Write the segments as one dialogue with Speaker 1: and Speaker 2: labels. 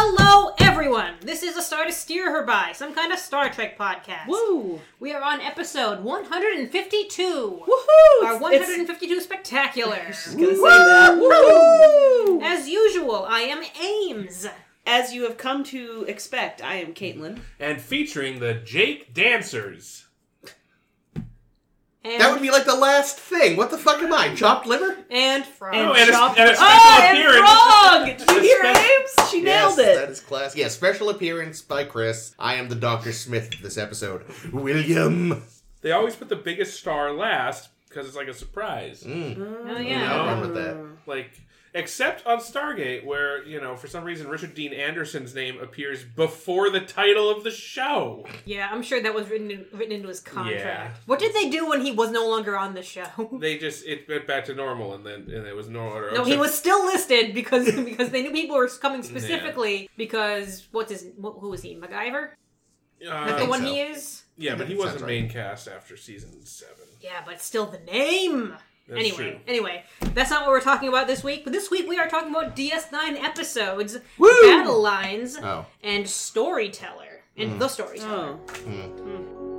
Speaker 1: Hello, everyone. This is a star to steer her by, some kind of Star Trek podcast.
Speaker 2: Woo!
Speaker 1: We are on episode 152.
Speaker 2: Woohoo!
Speaker 1: Our
Speaker 2: It's-
Speaker 1: 152 spectacular.
Speaker 2: It's, gonna say that. Woo!
Speaker 1: As usual, I am Ames.
Speaker 2: As you have come to expect, I am Caitlin.
Speaker 3: and featuring the Jake Dancers.
Speaker 1: And,
Speaker 4: That would be like the last thing. What the fuck am I? Chopped liver?
Speaker 1: and frog.
Speaker 2: And Ah,
Speaker 3: Oh, and a,
Speaker 2: Chop-
Speaker 3: and a special
Speaker 1: Oh, and
Speaker 3: appearance.
Speaker 1: frog!
Speaker 2: Did you hear Ames? She nailed
Speaker 4: yes, That
Speaker 2: it.
Speaker 4: is class. Yeah, special appearance by Chris. I am the Doctor Smith of this episode. William.
Speaker 3: They always put the biggest star last because it's like a surprise.
Speaker 1: Oh,
Speaker 4: I
Speaker 1: yeah.
Speaker 3: No.
Speaker 4: remember that.
Speaker 3: Like, except on Stargate, where you know for some reason Richard Dean Anderson's name appears before the title of the show.
Speaker 1: Yeah, I'm sure that was written, in, written into his contract.
Speaker 3: Yeah.
Speaker 1: What did they do when he was no longer on the show?
Speaker 3: They just it went back to normal, and then and it was normal order.
Speaker 1: No, he was still listed because because they knew people were coming specifically because what's his what, who was he MacGyver? That's the
Speaker 3: Uh,
Speaker 4: think
Speaker 1: one
Speaker 4: so.
Speaker 1: he is.
Speaker 3: yeah, but he wasn't
Speaker 4: Sounds right.
Speaker 3: main cast after season seven.
Speaker 1: Yeah, but still the name.
Speaker 3: That's
Speaker 1: anyway,
Speaker 3: true.
Speaker 1: anyway, that's not what we're talking about this week. But this week we are talking about DS9 episodes,
Speaker 2: Woo!
Speaker 1: battle lines,
Speaker 4: Oh.
Speaker 1: and storyteller, and the storyteller.
Speaker 2: Oh.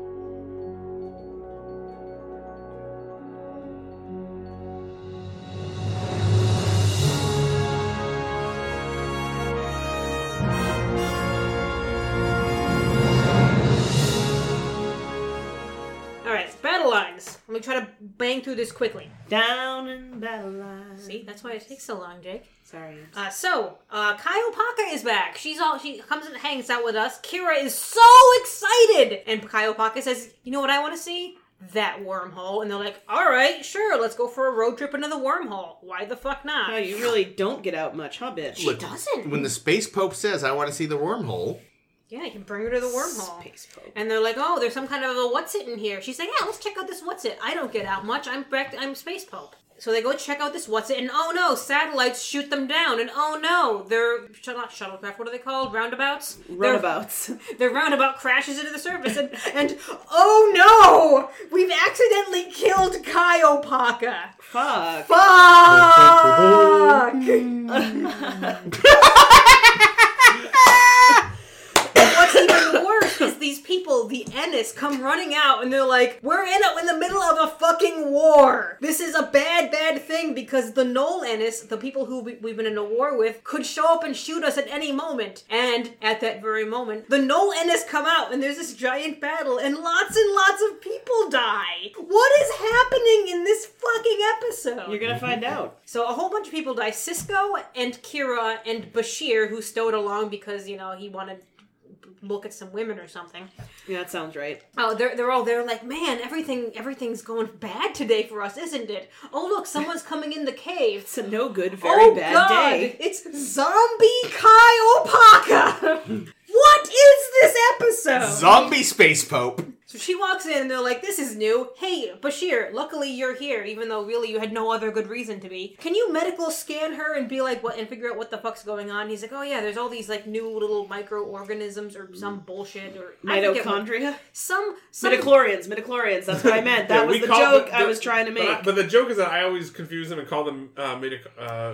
Speaker 3: Oh.
Speaker 1: All right, battle lines. Let me try to bang through this quickly.
Speaker 2: Down in battle line.
Speaker 1: See, that's why it takes so long, Jake.
Speaker 2: Sorry.
Speaker 1: Uh, so, uh, Kaiopaka is back. She's all she comes and hangs out with us. Kira is so excited, and Kaiopaka says, "You know what I want to see? That wormhole." And they're like, "All right, sure, let's go for a road trip into the wormhole. Why the fuck not?"
Speaker 2: Wow, Oh, you really don't get out much, huh, bitch?
Speaker 1: she doesn't.
Speaker 4: When the space pope says, I want to see the wormhole,
Speaker 1: yeah, you can bring her to the wormhole.
Speaker 2: Space poke.
Speaker 1: And they're like, "Oh, there's some kind of a what's it in here." She's like, "Yeah, let's check out this what's it." I don't get out much. I'm back. I'm space pope. So they go check out this what's it, and oh no, satellites shoot them down, and oh no, they're shut- not shuttlecraft. What are they called? Roundabouts. They're-
Speaker 2: Runabouts.
Speaker 1: Their roundabout crashes into the surface, and, and oh no, we've accidentally killed Kaiopaka.
Speaker 2: Fuck.
Speaker 1: Fuck! What's even worse is these people, the Ennis, come running out and they're like, "We're in a, in the middle of a fucking war. This is a bad, bad thing because the Knoll Ennis, the people who we, we've been in a war with, could show up and shoot us at any moment." And at that very moment, the Knoll Ennis come out and there's this giant battle and lots and lots of people die. What is happening in this fucking episode?
Speaker 2: You're gonna find out.
Speaker 1: So a whole bunch of people die. Cisco and Kira and Bashir, who stowed along because you know he wanted to look at some women or something.
Speaker 2: Yeah, that sounds right.
Speaker 1: Oh, they're they're all there like, man, everything everything's going bad today for us, isn't it? Oh look, someone's coming in the cave.
Speaker 2: It's a no good, very
Speaker 1: oh,
Speaker 2: bad
Speaker 1: God,
Speaker 2: day.
Speaker 1: It's zombie Kyle Paka. what is this episode?
Speaker 4: zombie space pope.
Speaker 1: So she walks in and they're like, This is new. Hey, Bashir, luckily you're here, even though really you had no other good reason to be. Can you medical scan her and be like, what, and figure out what the fuck's going on? He's like, Oh yeah, there's all these like new little microorganisms or some bullshit or I forget what-
Speaker 2: Mitochondria?
Speaker 1: Some, some
Speaker 2: Midichlorians, midichlorians. That's what I meant. That
Speaker 3: Yeah,
Speaker 2: was
Speaker 3: we
Speaker 2: the
Speaker 3: call
Speaker 2: joke
Speaker 3: the-
Speaker 2: I was trying to
Speaker 3: But, I-
Speaker 2: make.
Speaker 3: but the joke is that I always confuse them and call them uh, medic, uh,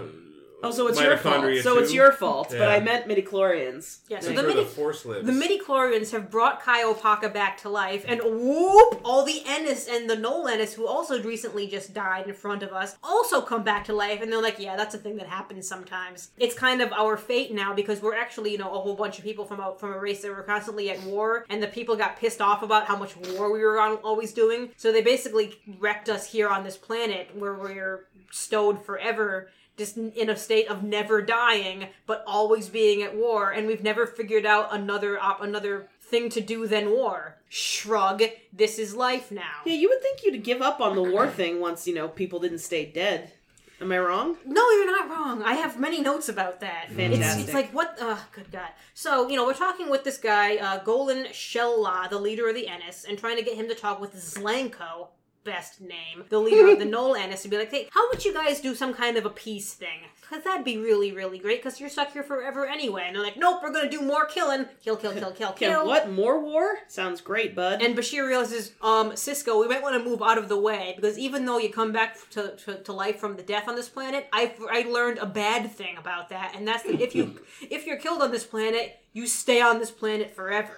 Speaker 2: Oh, so it's your fault.
Speaker 3: mitochondria
Speaker 2: So it's
Speaker 3: too.
Speaker 2: your fault. But
Speaker 3: Yeah.
Speaker 2: I meant midichlorians.
Speaker 1: Yeah, so
Speaker 3: These
Speaker 1: the
Speaker 3: are
Speaker 1: midi-
Speaker 3: force lives.
Speaker 1: The midichlorians have brought Kai Opaka back to life, and whoop, all the Ennis and the Noel Ennis, who also recently just died in front of us, also come back to life, and they're like, yeah, that's a thing that happens sometimes. It's kind of our fate now because we're actually, you know, a whole bunch of people from a, from a race that were constantly at war, and the people got pissed off about how much war we were on, always doing, so they basically wrecked us here on this planet where we're stowed forever just in a state of never dying but always being at war and we've never figured out another op- another thing to do than war shrug this is life now
Speaker 2: Yeah, you would think you'd give up on the war thing once, you know, people didn't stay dead. Am I wrong?
Speaker 1: no you're not wrong i have many notes about that it's,
Speaker 2: Mm. Fantastic.
Speaker 1: it's like what oh good god so you know we're talking with this guy uh, golan shella the leader of the ennis and trying to get him to talk with zlanko best name, the leader of the Noel Ennis, to be like, hey, how would you guys do some kind of a peace thing? Because that'd be really, really great, because you're stuck here forever anyway. And they're like, nope, we're going to do more killing. Kill, kill, kill, kill,
Speaker 2: Okay,
Speaker 1: kill.
Speaker 2: what? More war? Sounds great, bud.
Speaker 1: And Bashir realizes, um, Cisco, we might want to move out of the way because even though you come back to, to, to life from the death on this planet, I I learned a bad thing about that, and that's that if you if you're killed on this planet, you stay on this planet forever.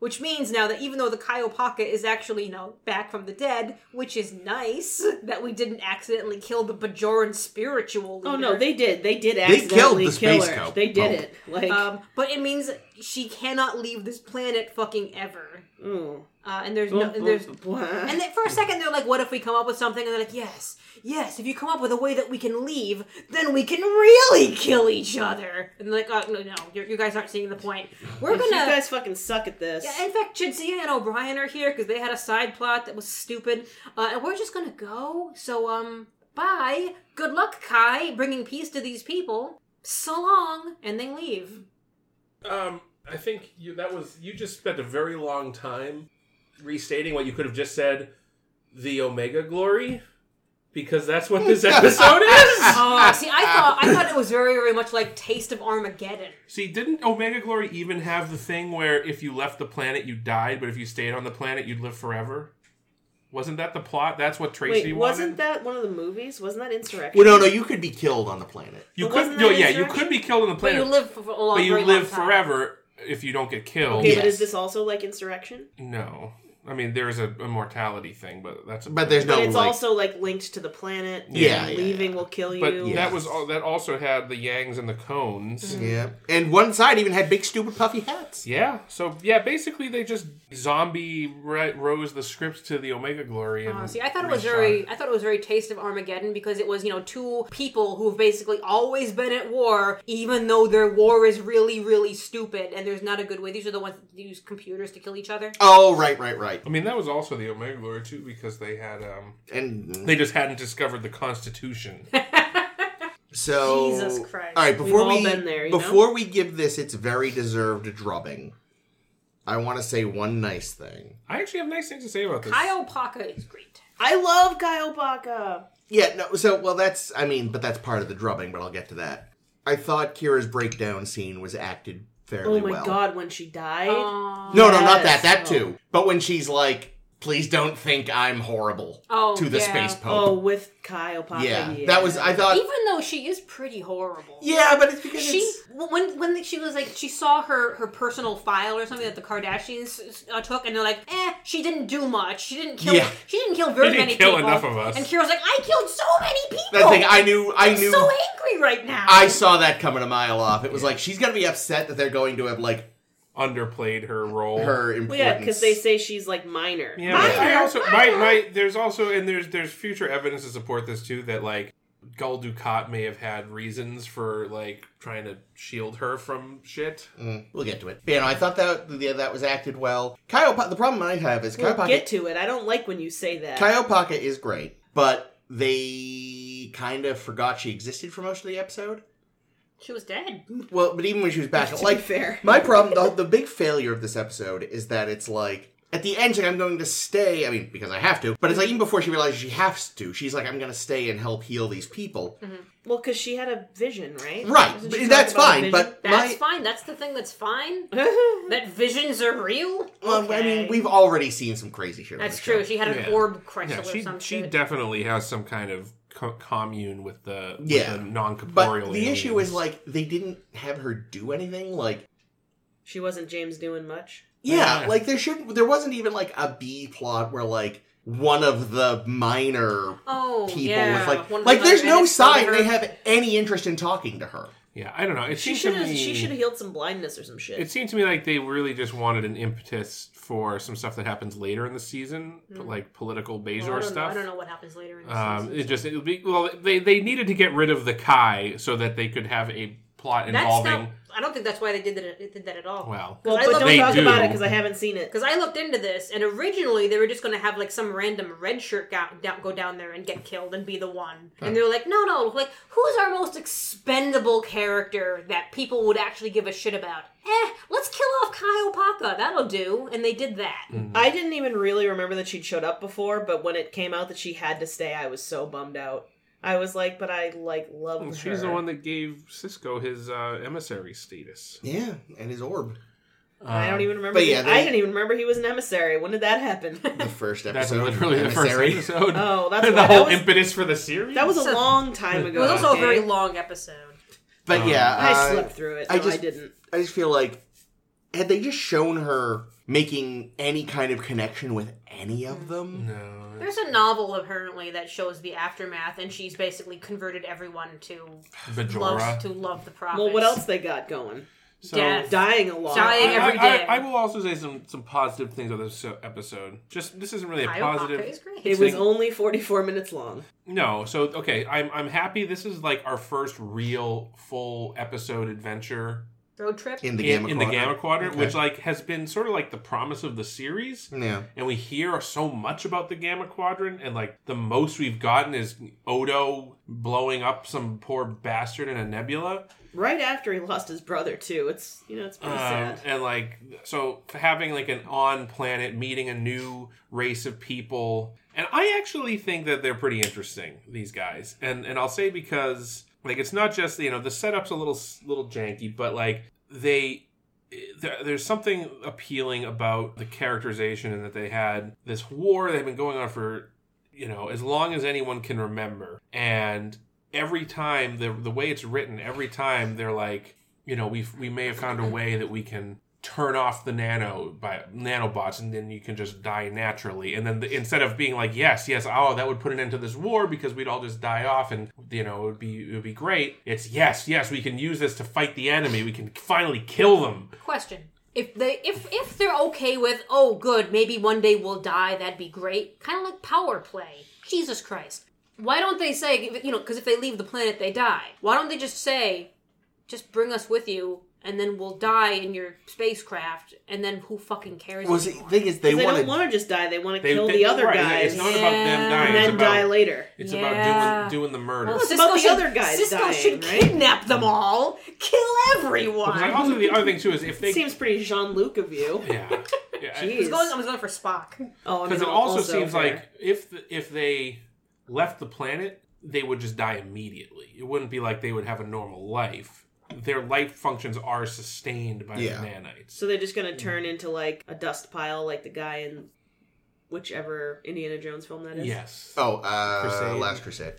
Speaker 1: Which means now that even though the Kaiopaka is actually, you know, back from the dead, which is nice that we didn't accidentally kill the Bajoran spiritual leader.
Speaker 2: oh no, they did. They did
Speaker 4: killed
Speaker 2: accidentally
Speaker 4: the
Speaker 2: kill
Speaker 4: space
Speaker 2: her.
Speaker 4: cow.
Speaker 2: They did
Speaker 4: Oh.
Speaker 2: it. Like,
Speaker 1: Um, but it means she cannot leave this planet fucking ever.
Speaker 2: mm.
Speaker 1: Uh, and there's no, and there's And then for a second, they're like, "What if we come up with something?" And they're like, "Yes, yes. If you come up with a way that we can leave, then we can really kill each other." And they're like, "Oh no, no, you you guys aren't seeing the point. We're
Speaker 2: you
Speaker 1: gonna."
Speaker 2: guys fucking suck at this.
Speaker 1: Yeah, in fact, Jadzia and O'Brien are here because they had a side plot that was stupid, uh, and we're just gonna go. So, um, bye. Good luck, Kai, bringing peace to these people. So long, and they leave.
Speaker 3: Um, I think you, that was you just spent a very long time restating what you could have just said. The Omega Glory, because that's what this episode is.
Speaker 1: Oh, see, I thought I thought it was very, very much like Taste of Armageddon.
Speaker 3: See, didn't Omega Glory even have the thing where if you left the planet, you died, but if you stayed on the planet, you'd live forever? Wasn't that the plot? That's what Tracy
Speaker 2: Wait,
Speaker 3: wanted.
Speaker 2: wasn't that one of the movies? Wasn't that Insurrection?
Speaker 4: Well, no, no, you could be killed on the planet.
Speaker 3: You
Speaker 2: But
Speaker 3: could,
Speaker 2: wasn't
Speaker 3: no,
Speaker 2: that
Speaker 3: yeah, you
Speaker 2: insurrection?
Speaker 3: could be killed on the
Speaker 1: But
Speaker 3: planet,
Speaker 1: you live for a long,
Speaker 3: but you
Speaker 1: very long
Speaker 3: live
Speaker 1: time.
Speaker 3: forever if you don't get killed.
Speaker 2: Okay, but
Speaker 4: Yes.
Speaker 2: is this also like Insurrection?
Speaker 3: No, I mean there's a, a mortality thing, but that's a,
Speaker 4: But there's no
Speaker 2: But it's
Speaker 4: like
Speaker 2: also like linked to the planet.
Speaker 4: Yeah,
Speaker 2: and
Speaker 4: yeah,
Speaker 2: leaving will kill you.
Speaker 3: But
Speaker 4: Yeah.
Speaker 3: that was all. That also had the Yangs and the
Speaker 1: Mm-hmm.
Speaker 3: Cones.
Speaker 4: Yeah. And one side even had big stupid puffy hats.
Speaker 3: Yeah. So yeah, basically they just zombie ri rose the script to the Omega Glory. And
Speaker 1: Oh, see, I thought it was
Speaker 3: reshot.
Speaker 1: very, I thought it was very Taste of Armageddon because it was, you know, two people who've basically always been at war, even though their war is really, really stupid and there's not a good way. These are the ones that use computers to kill each other.
Speaker 4: Oh, right, right, right.
Speaker 3: I mean that was also the Omega Glory too because they had um
Speaker 4: And
Speaker 3: they just hadn't discovered the Constitution.
Speaker 4: so
Speaker 1: Jesus Christ.
Speaker 4: All right, before
Speaker 2: We've all
Speaker 4: we
Speaker 2: been there, you know?
Speaker 4: before we give this its very deserved drubbing, I want to say one nice thing.
Speaker 3: I actually have nice things to say about this.
Speaker 1: Kyle Paka is great.
Speaker 2: I love Kaiopaka.
Speaker 4: Yeah, no, so well that's I mean, but that's part of the drubbing, but I'll get to that. I thought Kira's breakdown scene was acted
Speaker 2: Oh
Speaker 4: fairly
Speaker 2: my
Speaker 4: well.
Speaker 2: god, when she died.
Speaker 1: Aw.
Speaker 4: No, no, not
Speaker 2: Yes.
Speaker 4: that. That too. But when she's like, "Please don't think I'm horrible,"
Speaker 1: Oh,
Speaker 4: to the
Speaker 1: yeah.
Speaker 4: space
Speaker 2: oh,
Speaker 4: pope.
Speaker 2: with Kaiopaka.
Speaker 4: yeah, that was. I thought.
Speaker 1: Even though she is pretty horrible.
Speaker 4: Yeah, but it's because
Speaker 1: She
Speaker 4: it's-
Speaker 1: when when she was like she saw her her personal file or something that the Kardashians uh, took and they're like eh she didn't do much she didn't kill
Speaker 4: Yeah.
Speaker 1: she didn't kill very
Speaker 3: She didn't
Speaker 1: many
Speaker 3: kill
Speaker 1: people
Speaker 3: enough of us.
Speaker 1: and Kira's like I killed so many people
Speaker 4: That thing I knew. I
Speaker 1: I'm
Speaker 4: knew.
Speaker 1: so angry right now
Speaker 4: I saw that coming a mile off. It was like she's gonna be upset that they're going to have like
Speaker 3: Underplayed her role.
Speaker 4: her
Speaker 2: Well,
Speaker 4: importance.
Speaker 2: yeah, because they say she's like minor.
Speaker 3: Yeah, but I also my, my there's also and there's there's future evidence to support this too that like Gul Dukat may have had reasons for like trying to shield her from shit.
Speaker 4: Mm, we'll get to it. But, you know, I thought that yeah, that was acted well. Kyle, Pa- the problem I have is Kyle
Speaker 2: We'll
Speaker 4: Pocket.
Speaker 2: get to it. I don't like when you say that.
Speaker 4: Kyle Pocket is great, but they kind of forgot she existed for most of the episode.
Speaker 1: she was dead
Speaker 4: Well, but even when she was back,
Speaker 2: to
Speaker 4: like
Speaker 2: be fair.
Speaker 4: My problem, the, the big failure of this episode is that it's like at the end, she's like, I'm going to stay. I mean, because I have to, but it's like even before she realizes she has to, she's like, I'm going to stay and help heal these people.
Speaker 2: Well, because she had a vision, right?
Speaker 4: Right,
Speaker 2: Doesn't she
Speaker 4: but
Speaker 2: talk
Speaker 4: that's
Speaker 2: about a
Speaker 4: fine.
Speaker 2: vision?
Speaker 4: But
Speaker 1: that's
Speaker 4: my,
Speaker 1: fine that's the thing that's fine that visions are real
Speaker 4: well, I
Speaker 2: okay.
Speaker 4: mean, we've already seen some crazy shit. on
Speaker 1: that's
Speaker 4: the
Speaker 1: true
Speaker 4: Show.
Speaker 1: she had an
Speaker 3: Yeah.
Speaker 1: orb crystal
Speaker 3: Yeah,
Speaker 1: or
Speaker 3: she
Speaker 1: some
Speaker 3: she
Speaker 1: shit
Speaker 3: definitely has some kind of co- commune with the with
Speaker 4: Yeah.
Speaker 3: the non-corporeal.
Speaker 4: But the issue
Speaker 3: aliens.
Speaker 4: is like they didn't have her do anything. Like,
Speaker 2: she wasn't James doing much.
Speaker 4: yeah,
Speaker 3: Yeah.
Speaker 4: like there should there wasn't even like a B plot where like one of the minor
Speaker 1: oh
Speaker 4: people
Speaker 1: yeah
Speaker 4: was
Speaker 1: One
Speaker 4: like
Speaker 1: of
Speaker 4: like
Speaker 1: the
Speaker 4: there's no
Speaker 1: Venice
Speaker 4: sign
Speaker 1: Silver-
Speaker 4: they have any interest in talking to her.
Speaker 3: yeah, I don't know. It
Speaker 2: She
Speaker 3: seems
Speaker 2: should
Speaker 3: to
Speaker 2: have.
Speaker 3: me
Speaker 2: She should have healed some blindness or some shit.
Speaker 3: it seemed to me like they really just wanted an impetus for some stuff that happens later in the season, like political Bajor
Speaker 1: Oh, Hmm. I don't know.
Speaker 3: stuff.
Speaker 1: I don't know what happens later in the
Speaker 3: Um,
Speaker 1: season
Speaker 3: it just it would be well. They they needed to get rid of the Kai so that they could have a plot
Speaker 1: that's
Speaker 3: involving.
Speaker 1: not I don't think that's why they did that they did that at all
Speaker 3: Well,
Speaker 2: well,
Speaker 1: I
Speaker 2: but
Speaker 1: love-
Speaker 2: don't
Speaker 3: They
Speaker 2: talk
Speaker 3: do.
Speaker 2: about it because I haven't seen it.
Speaker 1: Because I looked into this, and originally they were just going to have like some random red shirt go down, go down there and get killed and be the one. And they were like, no, no, like who's our most expendable character that people would actually give a shit about? Eh, let's kill off Kaiopaka. That'll do. And they did that.
Speaker 3: hmm. Mm.
Speaker 2: I didn't even really remember that she'd showed up before, but when it came out that she had to stay, I was so bummed out. I was like, but I like
Speaker 3: Well,
Speaker 2: love her.
Speaker 3: She's the one that gave Cisco his uh, emissary status. Um,
Speaker 4: Yeah, and his orb.
Speaker 2: I don't even remember.
Speaker 4: but
Speaker 2: he-
Speaker 4: yeah, they-
Speaker 2: I didn't even remember he was an emissary. When did that happen?
Speaker 4: The first episode.
Speaker 3: That's literally the first
Speaker 4: Emissary.
Speaker 3: episode.
Speaker 2: Oh, that's
Speaker 3: the
Speaker 2: why- that
Speaker 3: whole
Speaker 2: was-
Speaker 3: impetus for the series.
Speaker 2: that was
Speaker 1: So-
Speaker 2: a long time ago.
Speaker 1: It was also a
Speaker 2: okay?
Speaker 1: very long episode.
Speaker 4: But
Speaker 3: Um,
Speaker 4: yeah,
Speaker 2: I
Speaker 4: uh,
Speaker 2: slept through it.
Speaker 4: I
Speaker 2: No, I
Speaker 4: just-
Speaker 2: didn't.
Speaker 4: I just feel like had they just shown her making any kind of connection with any of them,
Speaker 3: no.
Speaker 1: There's a novel apparently that shows the aftermath, and she's basically converted everyone to love
Speaker 3: Bajora.
Speaker 1: to love the prophets.
Speaker 2: Well, what else they got going?
Speaker 3: So,
Speaker 1: Death.
Speaker 2: Dying a lot.
Speaker 3: I,
Speaker 1: Dying
Speaker 3: I-
Speaker 1: every
Speaker 3: I-
Speaker 1: day.
Speaker 3: I will also say some some positive things on this so- episode. Just this isn't really a positive.
Speaker 1: Kaiopaka is great.
Speaker 2: It was only 44 minutes long.
Speaker 3: No, so okay, I'm I'm happy. This is like our first real full episode adventure
Speaker 1: road trip.
Speaker 4: in the
Speaker 3: in,
Speaker 4: Gamma
Speaker 3: in the Gamma
Speaker 4: Quadrant.
Speaker 3: Quadrant,
Speaker 4: Okay.
Speaker 3: which like has been sort of like the promise of the series.
Speaker 4: Yeah.
Speaker 3: and we hear so much about the gamma quadrant and like the most we've gotten is odo blowing up some poor bastard in a nebula
Speaker 2: Right after he lost his brother, too. It's, you know, it's pretty
Speaker 3: um,
Speaker 2: sad.
Speaker 3: and like so having like an on planet meeting a new race of people and i actually think that they're pretty interesting these guys and and i'll say because like it's not just you know the setup's a little little janky but like they there, there's something appealing about the characterization and that they had this war that had been going on for you know as long as anyone can remember and every time the the way it's written every time they're like you know we we may have found a way that we can turn off the nano by nanobots and then you can just die naturally and then the, instead of being like yes yes oh that would put an end to this war because we'd all just die off and you know it would be it would be great it's yes yes we can use this to fight the enemy we can finally kill them
Speaker 1: Question: If they if if they're okay with oh good maybe one day we'll die that'd be great kind of like power play Jesus Christ why don't they say you know because if they leave the planet they die why don't they just say just bring us with you and then we'll die in your spacecraft and then who fucking cares
Speaker 4: Well, see,
Speaker 1: anymore?
Speaker 4: the thing is, they
Speaker 2: They
Speaker 4: wanted.
Speaker 2: don't want to just die. They want to
Speaker 3: They-
Speaker 2: kill
Speaker 3: they-
Speaker 2: the other
Speaker 3: right,
Speaker 2: guys
Speaker 3: it's not about them
Speaker 1: Yeah.
Speaker 3: dying
Speaker 2: and
Speaker 3: it's
Speaker 2: then
Speaker 3: about,
Speaker 2: die later.
Speaker 3: it's
Speaker 1: Yeah.
Speaker 3: about doing doing the murder
Speaker 2: it's about the
Speaker 1: should-
Speaker 2: other guys
Speaker 1: Oh, Cisco
Speaker 2: dying,
Speaker 1: should
Speaker 2: right?
Speaker 1: kidnap them all kill everyone
Speaker 3: Because, like,
Speaker 1: I
Speaker 3: also the other thing too is if they
Speaker 2: It seems pretty Jean Luc of you.
Speaker 3: yeah yeah I-
Speaker 1: was
Speaker 2: Jeez.
Speaker 1: going I was going for Spock
Speaker 2: Oh, I mean,
Speaker 3: Because it also, seems
Speaker 2: fair.
Speaker 3: like if the, if they left the planet, they would just die immediately. It wouldn't be like they would have a normal life. Their life functions are sustained by
Speaker 4: Yeah.
Speaker 3: the nanites.
Speaker 2: So they're just going to turn into like a dust pile, like the guy in whichever Indiana Jones film that is.
Speaker 3: Yes.
Speaker 4: Oh, uh,
Speaker 3: Crusade.
Speaker 4: Last Crusade.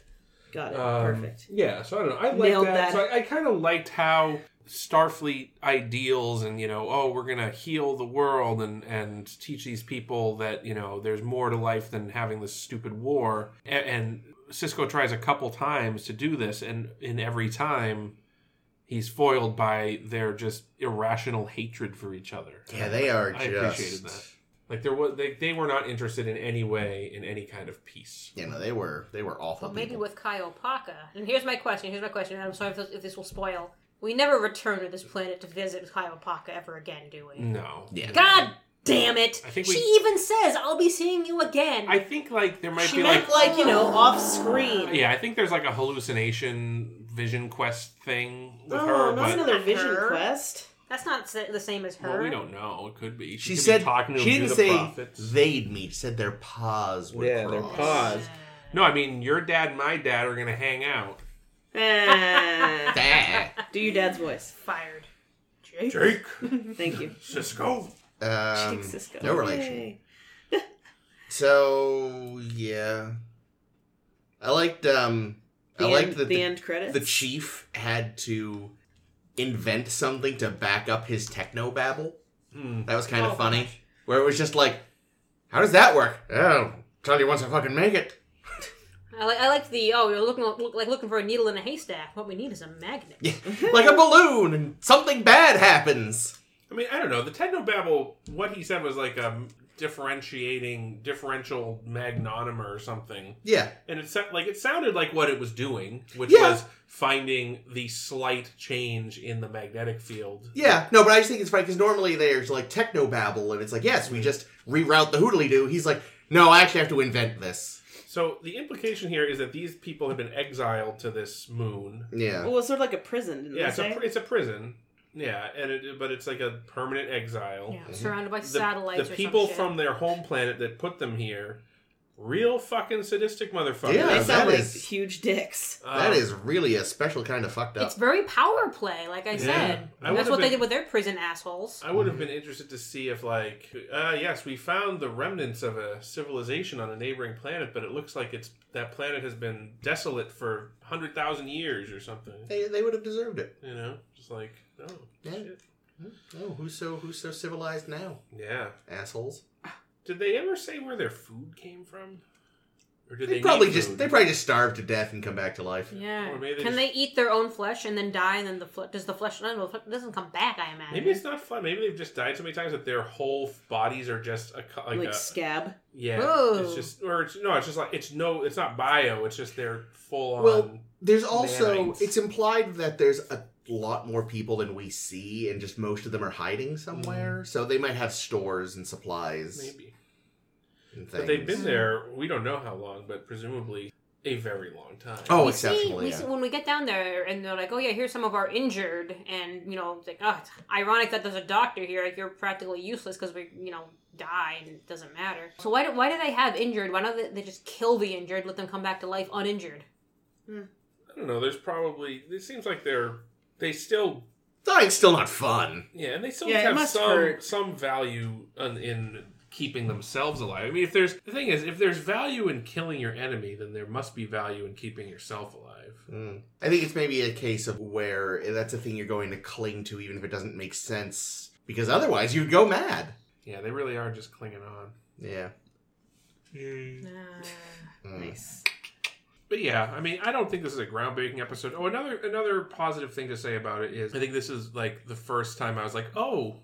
Speaker 2: Got it.
Speaker 3: Um,
Speaker 2: Perfect.
Speaker 3: Yeah. So I don't know. I like
Speaker 2: Nailed
Speaker 3: that.
Speaker 2: that.
Speaker 3: So I, I kind of liked how Starfleet ideals and you know, oh, we're gonna heal the world and and teach these people that you know there's more to life than having this stupid war. And, and Cisco tries a couple times to do this, and in every time. He's foiled by their just irrational hatred for each other.
Speaker 4: Yeah, they are just.
Speaker 3: I appreciated that. Like there was, they, they were not interested in any way in any kind of peace.
Speaker 4: You know, they were they were awful.
Speaker 1: But maybe
Speaker 4: people.
Speaker 1: with Kaiopaka. And here's my question. Here's my question. And I'm sorry if this, if this will spoil. We never return to this planet to visit Kaiopaka ever again, do we?
Speaker 3: No.
Speaker 4: Yeah.
Speaker 1: God damn it!
Speaker 3: Mm. I think
Speaker 1: she
Speaker 3: we-
Speaker 1: even says, "I'll be seeing you again."
Speaker 3: I think like there might
Speaker 2: She
Speaker 3: be
Speaker 2: meant like, you know
Speaker 4: Oh.
Speaker 2: off screen.
Speaker 3: Yeah, I think there's like a hallucination vision quest thing with
Speaker 2: Oh, not
Speaker 3: her, but
Speaker 2: another
Speaker 1: Not
Speaker 2: vision
Speaker 1: her.
Speaker 2: quest.
Speaker 1: That's not sa- the same as her.
Speaker 3: well, we don't know. It could be.
Speaker 4: She
Speaker 3: could be
Speaker 4: said
Speaker 3: talking to
Speaker 4: she didn't
Speaker 3: the
Speaker 4: say
Speaker 3: prophets.
Speaker 4: they'd meet. Said their paws would
Speaker 3: Yeah, their
Speaker 4: cross.
Speaker 3: paws. No, I mean your dad and my dad are gonna hang out.
Speaker 2: Ah.
Speaker 4: Ah.
Speaker 2: Do your dad's voice.
Speaker 1: Fired. Jake.
Speaker 3: Jake,
Speaker 2: Thank you.
Speaker 3: Cisco.
Speaker 4: Um,
Speaker 2: Jake Sisko.
Speaker 4: no relation.
Speaker 2: Yay.
Speaker 4: So yeah, I liked um,
Speaker 2: The
Speaker 4: I
Speaker 2: end,
Speaker 4: liked that
Speaker 2: the,
Speaker 4: the,
Speaker 2: end credits.
Speaker 4: the chief had to invent something to back up his techno babble. That was kind of
Speaker 1: Oh,
Speaker 4: funny. Where it was just like, how does that work? Oh, tell you once I fucking make it.
Speaker 1: I like. I like the. Oh, you're looking look, like looking for a needle in a haystack. What we need is a magnet.
Speaker 4: Yeah, like a balloon, and something bad happens.
Speaker 3: I mean, I don't know. The technobabble. What he said was like a differentiating differential magnonomer or something.
Speaker 4: Yeah,
Speaker 3: and it sound, like it sounded like what it was doing, which
Speaker 4: Yeah.
Speaker 3: was finding the slight change in the magnetic field.
Speaker 4: yeah. No, but I just think it's funny because normally there's like techno babble, and it's like, yes, we just reroute the hoodly doo. He's like, no, I actually have to invent this.
Speaker 3: So the implication here is that these people have been exiled to this moon.
Speaker 4: Yeah.
Speaker 2: well, it's sort of like a prison. Didn't
Speaker 3: Yeah,
Speaker 2: they
Speaker 3: it's a,
Speaker 2: say?
Speaker 3: pr- it's a prison. Yeah, and it, but it's like a permanent exile.
Speaker 1: Yeah, surrounded by
Speaker 3: Mm-hmm. The-
Speaker 1: satellites.
Speaker 3: The,
Speaker 1: or
Speaker 3: people
Speaker 1: some shit.
Speaker 3: from their home planet that put them here, real fucking sadistic motherfuckers.
Speaker 4: Yeah,
Speaker 2: they
Speaker 4: that
Speaker 2: sound like
Speaker 4: is-
Speaker 2: huge dicks.
Speaker 3: Um,
Speaker 4: That is really a special kind of fucked up.
Speaker 1: It's very power play, like I
Speaker 3: Yeah.
Speaker 1: said.
Speaker 3: I would've
Speaker 1: That's what they
Speaker 3: been-
Speaker 1: did with their prison assholes.
Speaker 3: I would have been interested to see if, like, uh, yes, we found the remnants of a civilization on a neighboring planet, but it looks like it's that planet has been desolate for hundred thousand years or something.
Speaker 4: They, they would have deserved it.
Speaker 3: You know, just like oh
Speaker 4: Yeah.
Speaker 3: shit,
Speaker 4: Oh, who's so who's so civilized now,
Speaker 3: yeah.
Speaker 4: assholes?
Speaker 3: Did they ever say where their food came from, or did
Speaker 4: They,
Speaker 3: they,
Speaker 4: probably
Speaker 3: need
Speaker 4: just
Speaker 3: food?
Speaker 4: they probably just starved to death and come back to life.
Speaker 1: Yeah.
Speaker 3: Or maybe they
Speaker 1: Can
Speaker 3: just-
Speaker 1: they eat their own flesh and then die? And then the fle- does the flesh? No, the flesh doesn't come back. I imagine.
Speaker 3: Maybe it's not fun. Maybe they've just died so many times that their whole bodies are just a co- like,
Speaker 2: Like,
Speaker 3: a,
Speaker 2: scab.
Speaker 3: yeah.
Speaker 1: Ooh.
Speaker 3: It's just or it's no. It's just like it's no. It's not bio. It's just they're full on.
Speaker 4: Well, There's also
Speaker 3: Nanites.
Speaker 4: it's implied that there's a lot more people than we see, and just most of them are hiding somewhere. So they might have stores and supplies
Speaker 3: Mm. maybe,
Speaker 4: and things.
Speaker 3: but they've been there. We don't know how long, but presumably a very long time.
Speaker 4: Oh,
Speaker 1: we see,
Speaker 4: exceptionally.
Speaker 1: we
Speaker 4: yeah.
Speaker 1: see when we get down there, and they're like, "Oh yeah, here's some of our injured," and you know, it's like, oh, it's ironic that there's a doctor here. Like you're practically useless because we, you know, die and it doesn't matter. So why do why do they have injured? Why don't they, they just kill the injured, let them come back to life uninjured?
Speaker 3: I don't know. There's probably. It seems like they're they still
Speaker 4: Dying's still not fun.
Speaker 3: Yeah, and they still
Speaker 2: Yeah, it
Speaker 3: have
Speaker 2: must
Speaker 3: some
Speaker 2: hurt.
Speaker 3: some value in, in keeping themselves alive. I mean, if there's the thing is, if there's value in killing your enemy, then there must be value in keeping yourself alive.
Speaker 4: Mm. I think it's maybe a case of where that's a thing you're going to cling to, even if it doesn't make sense, because otherwise you'd go mad.
Speaker 3: Yeah, they really are just clinging on.
Speaker 4: Yeah. Mm.
Speaker 2: Nice.
Speaker 3: But yeah, I mean, I don't think this is a groundbreaking episode. Oh, another another positive thing to say about it is, I think this is like the first time I was like, oh,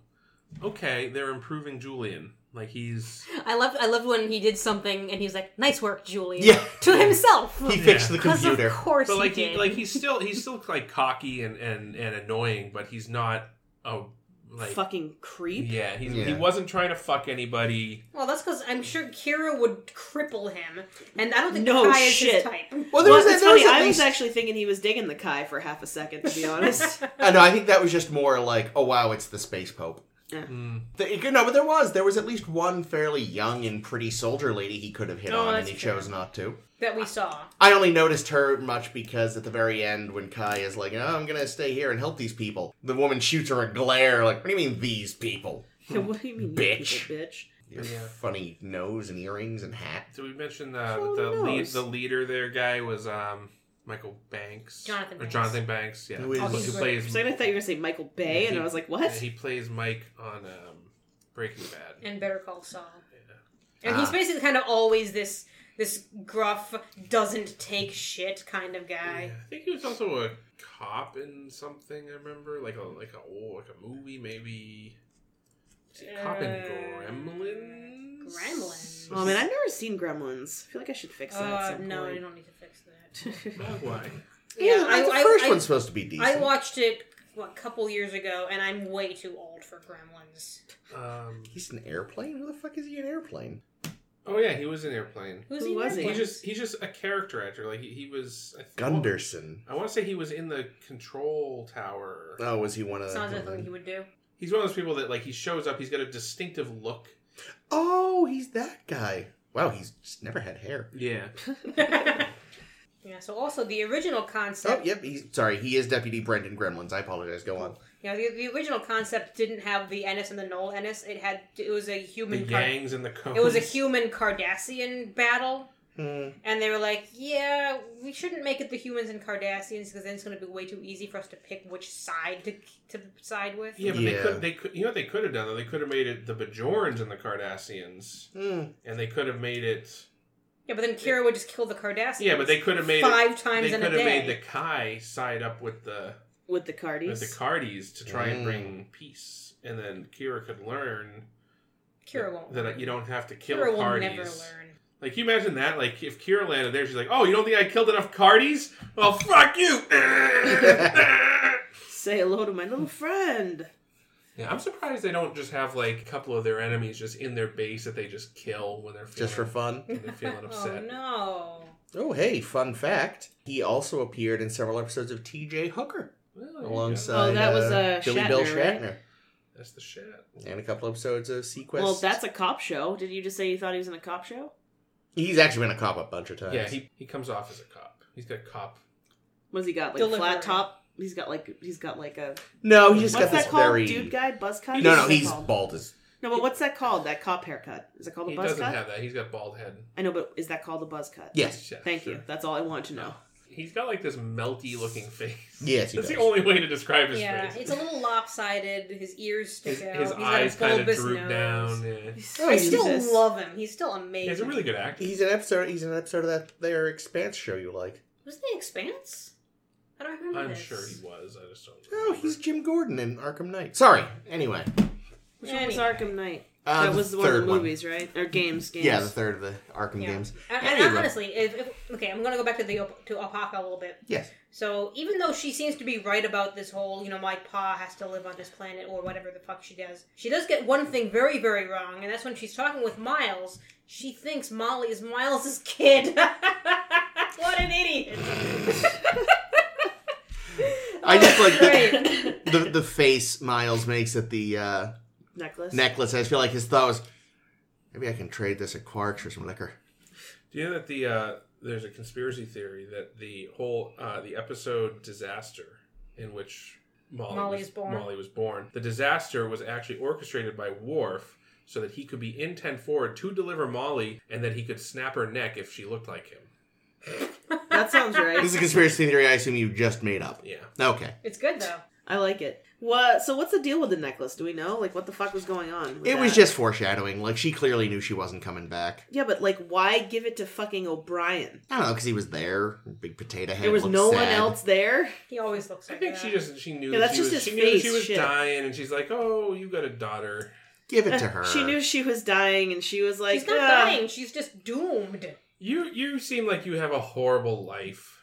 Speaker 3: okay, they're improving Julian. Like he's
Speaker 1: I loved I loved when he did something and he's like, "Nice work, Julie."
Speaker 4: Yeah.
Speaker 1: To himself.
Speaker 4: He fixed the
Speaker 1: Because of
Speaker 4: computer.
Speaker 1: course
Speaker 3: but like
Speaker 1: he
Speaker 3: he,
Speaker 1: did.
Speaker 3: like he's still he's still like cocky and and and annoying, but he's not a like
Speaker 2: Fucking creep.
Speaker 3: Yeah, he's, he
Speaker 4: Yeah.
Speaker 3: wasn't trying to fuck anybody.
Speaker 1: well, that's because I'm sure Kira would cripple him, and I don't think
Speaker 2: No
Speaker 1: Kai is his
Speaker 2: shit.
Speaker 1: type.
Speaker 4: Well, there
Speaker 2: Well,
Speaker 4: was, that,
Speaker 2: it's
Speaker 4: there was
Speaker 2: funny.
Speaker 4: at
Speaker 2: I was
Speaker 4: least-
Speaker 2: actually thinking he was digging the Kai for half a second, to be honest.
Speaker 4: Uh, no, I think that was just more like, oh wow, it's the space pope.
Speaker 3: Mm.
Speaker 4: The, you know, but there was there was at least one fairly young and pretty soldier lady he could have hit
Speaker 2: Oh,
Speaker 4: on, and
Speaker 2: that's
Speaker 4: he
Speaker 2: fair.
Speaker 4: chose not to.
Speaker 1: That we saw.
Speaker 4: I only noticed her much because at the very end, when Kai is like, oh, "I'm gonna stay here and help these people," the woman shoots her a glare like, "What do you mean these people?
Speaker 2: Yeah, what do you mean, you
Speaker 4: Bitch.
Speaker 2: people, bitch?
Speaker 4: Your
Speaker 3: Yeah.
Speaker 4: funny nose and earrings and hat."
Speaker 3: Did we mention uh,
Speaker 2: Who
Speaker 3: that the lead,
Speaker 2: knows?
Speaker 3: the leader there guy was um, Michael Banks?
Speaker 1: Jonathan
Speaker 3: Or
Speaker 1: Banks.
Speaker 3: Jonathan Banks, yeah.
Speaker 4: Who is- Oh,
Speaker 3: Who
Speaker 1: he's
Speaker 2: For a
Speaker 3: plays,
Speaker 2: second, I thought you were gonna say Michael Bay, and I was like,
Speaker 3: yeah,
Speaker 2: what?
Speaker 3: he plays Mike on um, Breaking Bad.
Speaker 1: and Better Call Saul.
Speaker 4: Yeah.
Speaker 1: And he's
Speaker 4: Ah.
Speaker 1: basically kind of always this this gruff, doesn't take shit kind of guy.
Speaker 3: Yeah, I think he was also a cop in something, I remember. Like a like a oh, like a movie, maybe. Was he a cop in
Speaker 1: Uh,
Speaker 3: Gremlins?
Speaker 1: Gremlins.
Speaker 2: oh man, I've never seen Gremlins. I feel like I should fix that at
Speaker 1: Uh,
Speaker 2: some
Speaker 1: no, you
Speaker 2: point.
Speaker 1: don't need to fix that.
Speaker 3: Why?
Speaker 4: Yeah, the first one's supposed to be decent.
Speaker 1: I watched it what, a couple years ago, and I'm way too old for Gremlins.
Speaker 3: Um,
Speaker 4: He's an airplane. Who the fuck is he? An airplane?
Speaker 3: oh yeah, he was in Airplane.
Speaker 1: Who's
Speaker 2: Who
Speaker 1: he?
Speaker 2: was
Speaker 1: in
Speaker 2: he?
Speaker 3: He's
Speaker 1: Gremlins?
Speaker 3: just he's just a character actor. Like he, he was I think-
Speaker 4: Gunderson.
Speaker 3: I want to say he was in the control tower.
Speaker 4: Oh, was he one of
Speaker 1: Sounds like something he
Speaker 4: the?
Speaker 1: would do.
Speaker 3: He's one of those people that like he shows up, he's got a distinctive look.
Speaker 4: Oh, he's that guy. Wow, he's just never had hair.
Speaker 3: Yeah.
Speaker 1: yeah. So also the original
Speaker 4: Oh,
Speaker 1: concept.
Speaker 4: yep. He's sorry. He is Deputy Brendan Gremlins. I apologize. Go on.
Speaker 1: Yeah. The, the original concept didn't have the Ennis and the Knoll Ennis. It had it was a
Speaker 3: The
Speaker 1: human. cart-
Speaker 3: gangs and the cones.
Speaker 1: it was a human Cardassian battle.
Speaker 4: Hmm.
Speaker 1: And they were like, yeah, we shouldn't make it the humans and Cardassians because then it's going to be way too easy for us to pick which side to, to side with.
Speaker 3: Yeah, but they
Speaker 4: Yeah.
Speaker 3: could they could you know what they could have done though? They could have made it the Bajorans and the Cardassians.
Speaker 4: Hmm.
Speaker 3: And they could have made it
Speaker 1: Yeah, but then Kira would just kill the Cardassians.
Speaker 3: Yeah, but they could have made
Speaker 1: five
Speaker 3: it
Speaker 1: times
Speaker 3: they
Speaker 1: in a
Speaker 3: could have
Speaker 1: day.
Speaker 3: made the Kai side up with the
Speaker 2: With the Cardis.
Speaker 3: with the Cardis to try
Speaker 4: Mm.
Speaker 3: and bring peace. And then Kira could learn
Speaker 1: Kira won't.
Speaker 3: that uh, you don't have to kill
Speaker 1: Kira will
Speaker 3: Cardis.
Speaker 1: never learn.
Speaker 3: Like you imagine that, like if Kira landed there, she's like, "Oh, you don't think I killed enough Cardis? Well, fuck you!" yeah,
Speaker 2: Say hello to my little friend.
Speaker 3: I'm surprised they don't just have like a couple of their enemies just in their base that they just kill when they're feeling,
Speaker 4: Just for fun.
Speaker 3: when they're feeling upset.
Speaker 1: Oh,
Speaker 4: Oh, hey, fun fact. He also appeared in several episodes of TJ Hooker.
Speaker 3: Well, there you go.
Speaker 4: alongside
Speaker 2: Oh, that was,
Speaker 4: uh,
Speaker 2: uh,
Speaker 4: Billy Bill
Speaker 2: Shatner, right?
Speaker 4: Shatner
Speaker 3: That's the shit.
Speaker 4: and a couple episodes of Sequest.
Speaker 2: Well, that's a cop show. Did you just say you thought he was in a cop show?
Speaker 4: he's actually been a cop a bunch of times.
Speaker 3: Yeah, he, he comes off as a cop. He's got cop.
Speaker 2: Was he got like
Speaker 1: Delivery.
Speaker 2: flat top? He's got like he's got like a
Speaker 4: no, he just
Speaker 2: what's
Speaker 4: got
Speaker 2: that
Speaker 4: this
Speaker 2: called?
Speaker 4: very
Speaker 2: Dude guy buzz cut?
Speaker 4: No,
Speaker 2: What's
Speaker 4: no,
Speaker 2: that
Speaker 4: he's
Speaker 2: called?
Speaker 4: bald as
Speaker 2: no. But what's that called? That cop haircut is it called a
Speaker 3: He
Speaker 2: buzz
Speaker 3: doesn't
Speaker 2: cut?
Speaker 3: have that. He's got bald head.
Speaker 2: I know, but is that called a buzz cut?
Speaker 4: yes,
Speaker 3: Yeah,
Speaker 2: Thank
Speaker 3: sure.
Speaker 2: you. That's all I wanted to know.
Speaker 3: He's got like this melty looking face.
Speaker 4: yes. He does.
Speaker 3: That's the only way to describe his
Speaker 1: Yeah,
Speaker 3: face.
Speaker 1: it's a little lopsided. His ears stick
Speaker 3: His,
Speaker 1: out.
Speaker 3: his
Speaker 1: He's got a
Speaker 3: eyes kind of
Speaker 1: bulbous
Speaker 3: droop
Speaker 1: nose.
Speaker 3: down. yeah.
Speaker 4: Oh,
Speaker 1: I
Speaker 4: he's
Speaker 1: still
Speaker 2: Jesus.
Speaker 1: love him. He's still amazing.
Speaker 3: He's a really good actor.
Speaker 4: He's an episode. He's an episode of that their Expanse show you like.
Speaker 1: Was the Expanse? I don't remember.
Speaker 3: I'm
Speaker 1: this.
Speaker 3: sure he was. I just don't.
Speaker 4: Oh, he's
Speaker 3: remember.
Speaker 4: Jim Gordon in Arkham Knight. Sorry. Anyway,
Speaker 2: Which one
Speaker 1: Anyway.
Speaker 2: was Arkham Knight?
Speaker 4: uh,
Speaker 2: that
Speaker 4: the
Speaker 2: was one of the
Speaker 4: third one.
Speaker 2: movies, right? Or games, games.
Speaker 4: Yeah, the third of the Arkham
Speaker 1: Yeah.
Speaker 4: games.
Speaker 1: And, and
Speaker 4: Anyway.
Speaker 1: honestly, if, if, okay, I'm gonna go back to the op- to Apaka a little bit.
Speaker 4: Yes.
Speaker 1: So even though she seems to be right about this whole, you know, my pa has to live on this planet or whatever the fuck she does, she does get one thing very, very wrong, and that's when she's talking with Miles. She thinks Molly is Miles's kid. what an idiot!
Speaker 4: I just like the,
Speaker 1: Great.
Speaker 4: the the face Miles makes at the uh,
Speaker 2: necklace.
Speaker 4: necklace. I just feel like his thought was, maybe I can trade this at Quark's for some liquor.
Speaker 3: Do you know that the uh, there's a conspiracy theory that the whole uh, the episode disaster in which Molly
Speaker 1: Molly
Speaker 3: was,
Speaker 1: is born.
Speaker 3: Molly was born. The disaster was actually orchestrated by Worf so that he could be in ten forward to deliver Molly, and that he could snap her neck if she looked like him.
Speaker 2: That sounds
Speaker 4: This
Speaker 2: right.
Speaker 4: is a conspiracy theory. I assume you just made up.
Speaker 3: Yeah.
Speaker 4: Okay.
Speaker 1: It's good though.
Speaker 2: I like it. What? So what's the deal with the necklace? Do we know? Like, what the fuck was going on? with
Speaker 4: It was
Speaker 2: that?
Speaker 4: just foreshadowing. Like she clearly knew she wasn't coming back.
Speaker 2: Yeah, but like, why give it to fucking O'Brien?
Speaker 4: I don't know because he was there. Big potato head.
Speaker 2: There was
Speaker 4: looked
Speaker 2: no one
Speaker 4: sad.
Speaker 2: else there.
Speaker 1: He always looks
Speaker 3: I
Speaker 1: like
Speaker 3: think
Speaker 1: that.
Speaker 3: she just she knew
Speaker 2: Yeah,
Speaker 3: that
Speaker 2: that's
Speaker 3: she
Speaker 2: just
Speaker 3: was,
Speaker 2: his
Speaker 3: she knew that she
Speaker 2: face,
Speaker 3: was
Speaker 2: shit.
Speaker 3: dying, and she's like, "Oh, you got a daughter."
Speaker 4: Give it to her.
Speaker 2: Uh, She knew she was dying, and she was like,
Speaker 1: She's not
Speaker 2: "Ah."
Speaker 1: dying. She's just doomed.
Speaker 3: You you seem like you have a horrible life.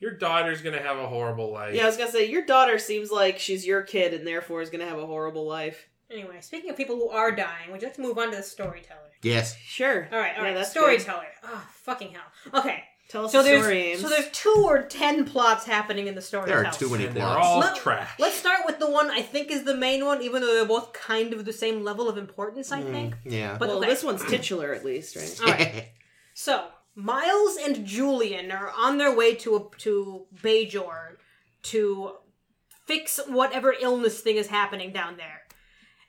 Speaker 3: Your daughter's gonna have a horrible life.
Speaker 2: Yeah, I was gonna say your daughter seems like she's your kid, and therefore is gonna have a horrible life.
Speaker 1: Anyway, speaking of people who are dying, would you like to move on to the storyteller?
Speaker 4: Yes.
Speaker 2: Sure.
Speaker 1: All right, all
Speaker 2: yeah,
Speaker 1: right,
Speaker 2: that's good.
Speaker 1: storyteller. Oh, fucking hell. Okay,
Speaker 2: Tell us
Speaker 1: so
Speaker 2: the
Speaker 1: there's
Speaker 2: story. Ames.
Speaker 1: so there's two or ten plots happening in the storyteller.
Speaker 4: There are too many
Speaker 3: and they're
Speaker 4: plots.
Speaker 3: all
Speaker 1: Let-
Speaker 3: trash.
Speaker 1: Let's start with the one I think is the main one, even though they're both kind of the same level of importance. I think.
Speaker 4: Yeah.
Speaker 1: But
Speaker 2: Hmm. well,
Speaker 1: okay. Oh,
Speaker 2: this one's titular at least, right?
Speaker 1: All right. So Miles and Julian are on their way to to Bajor to fix whatever illness thing is happening down there.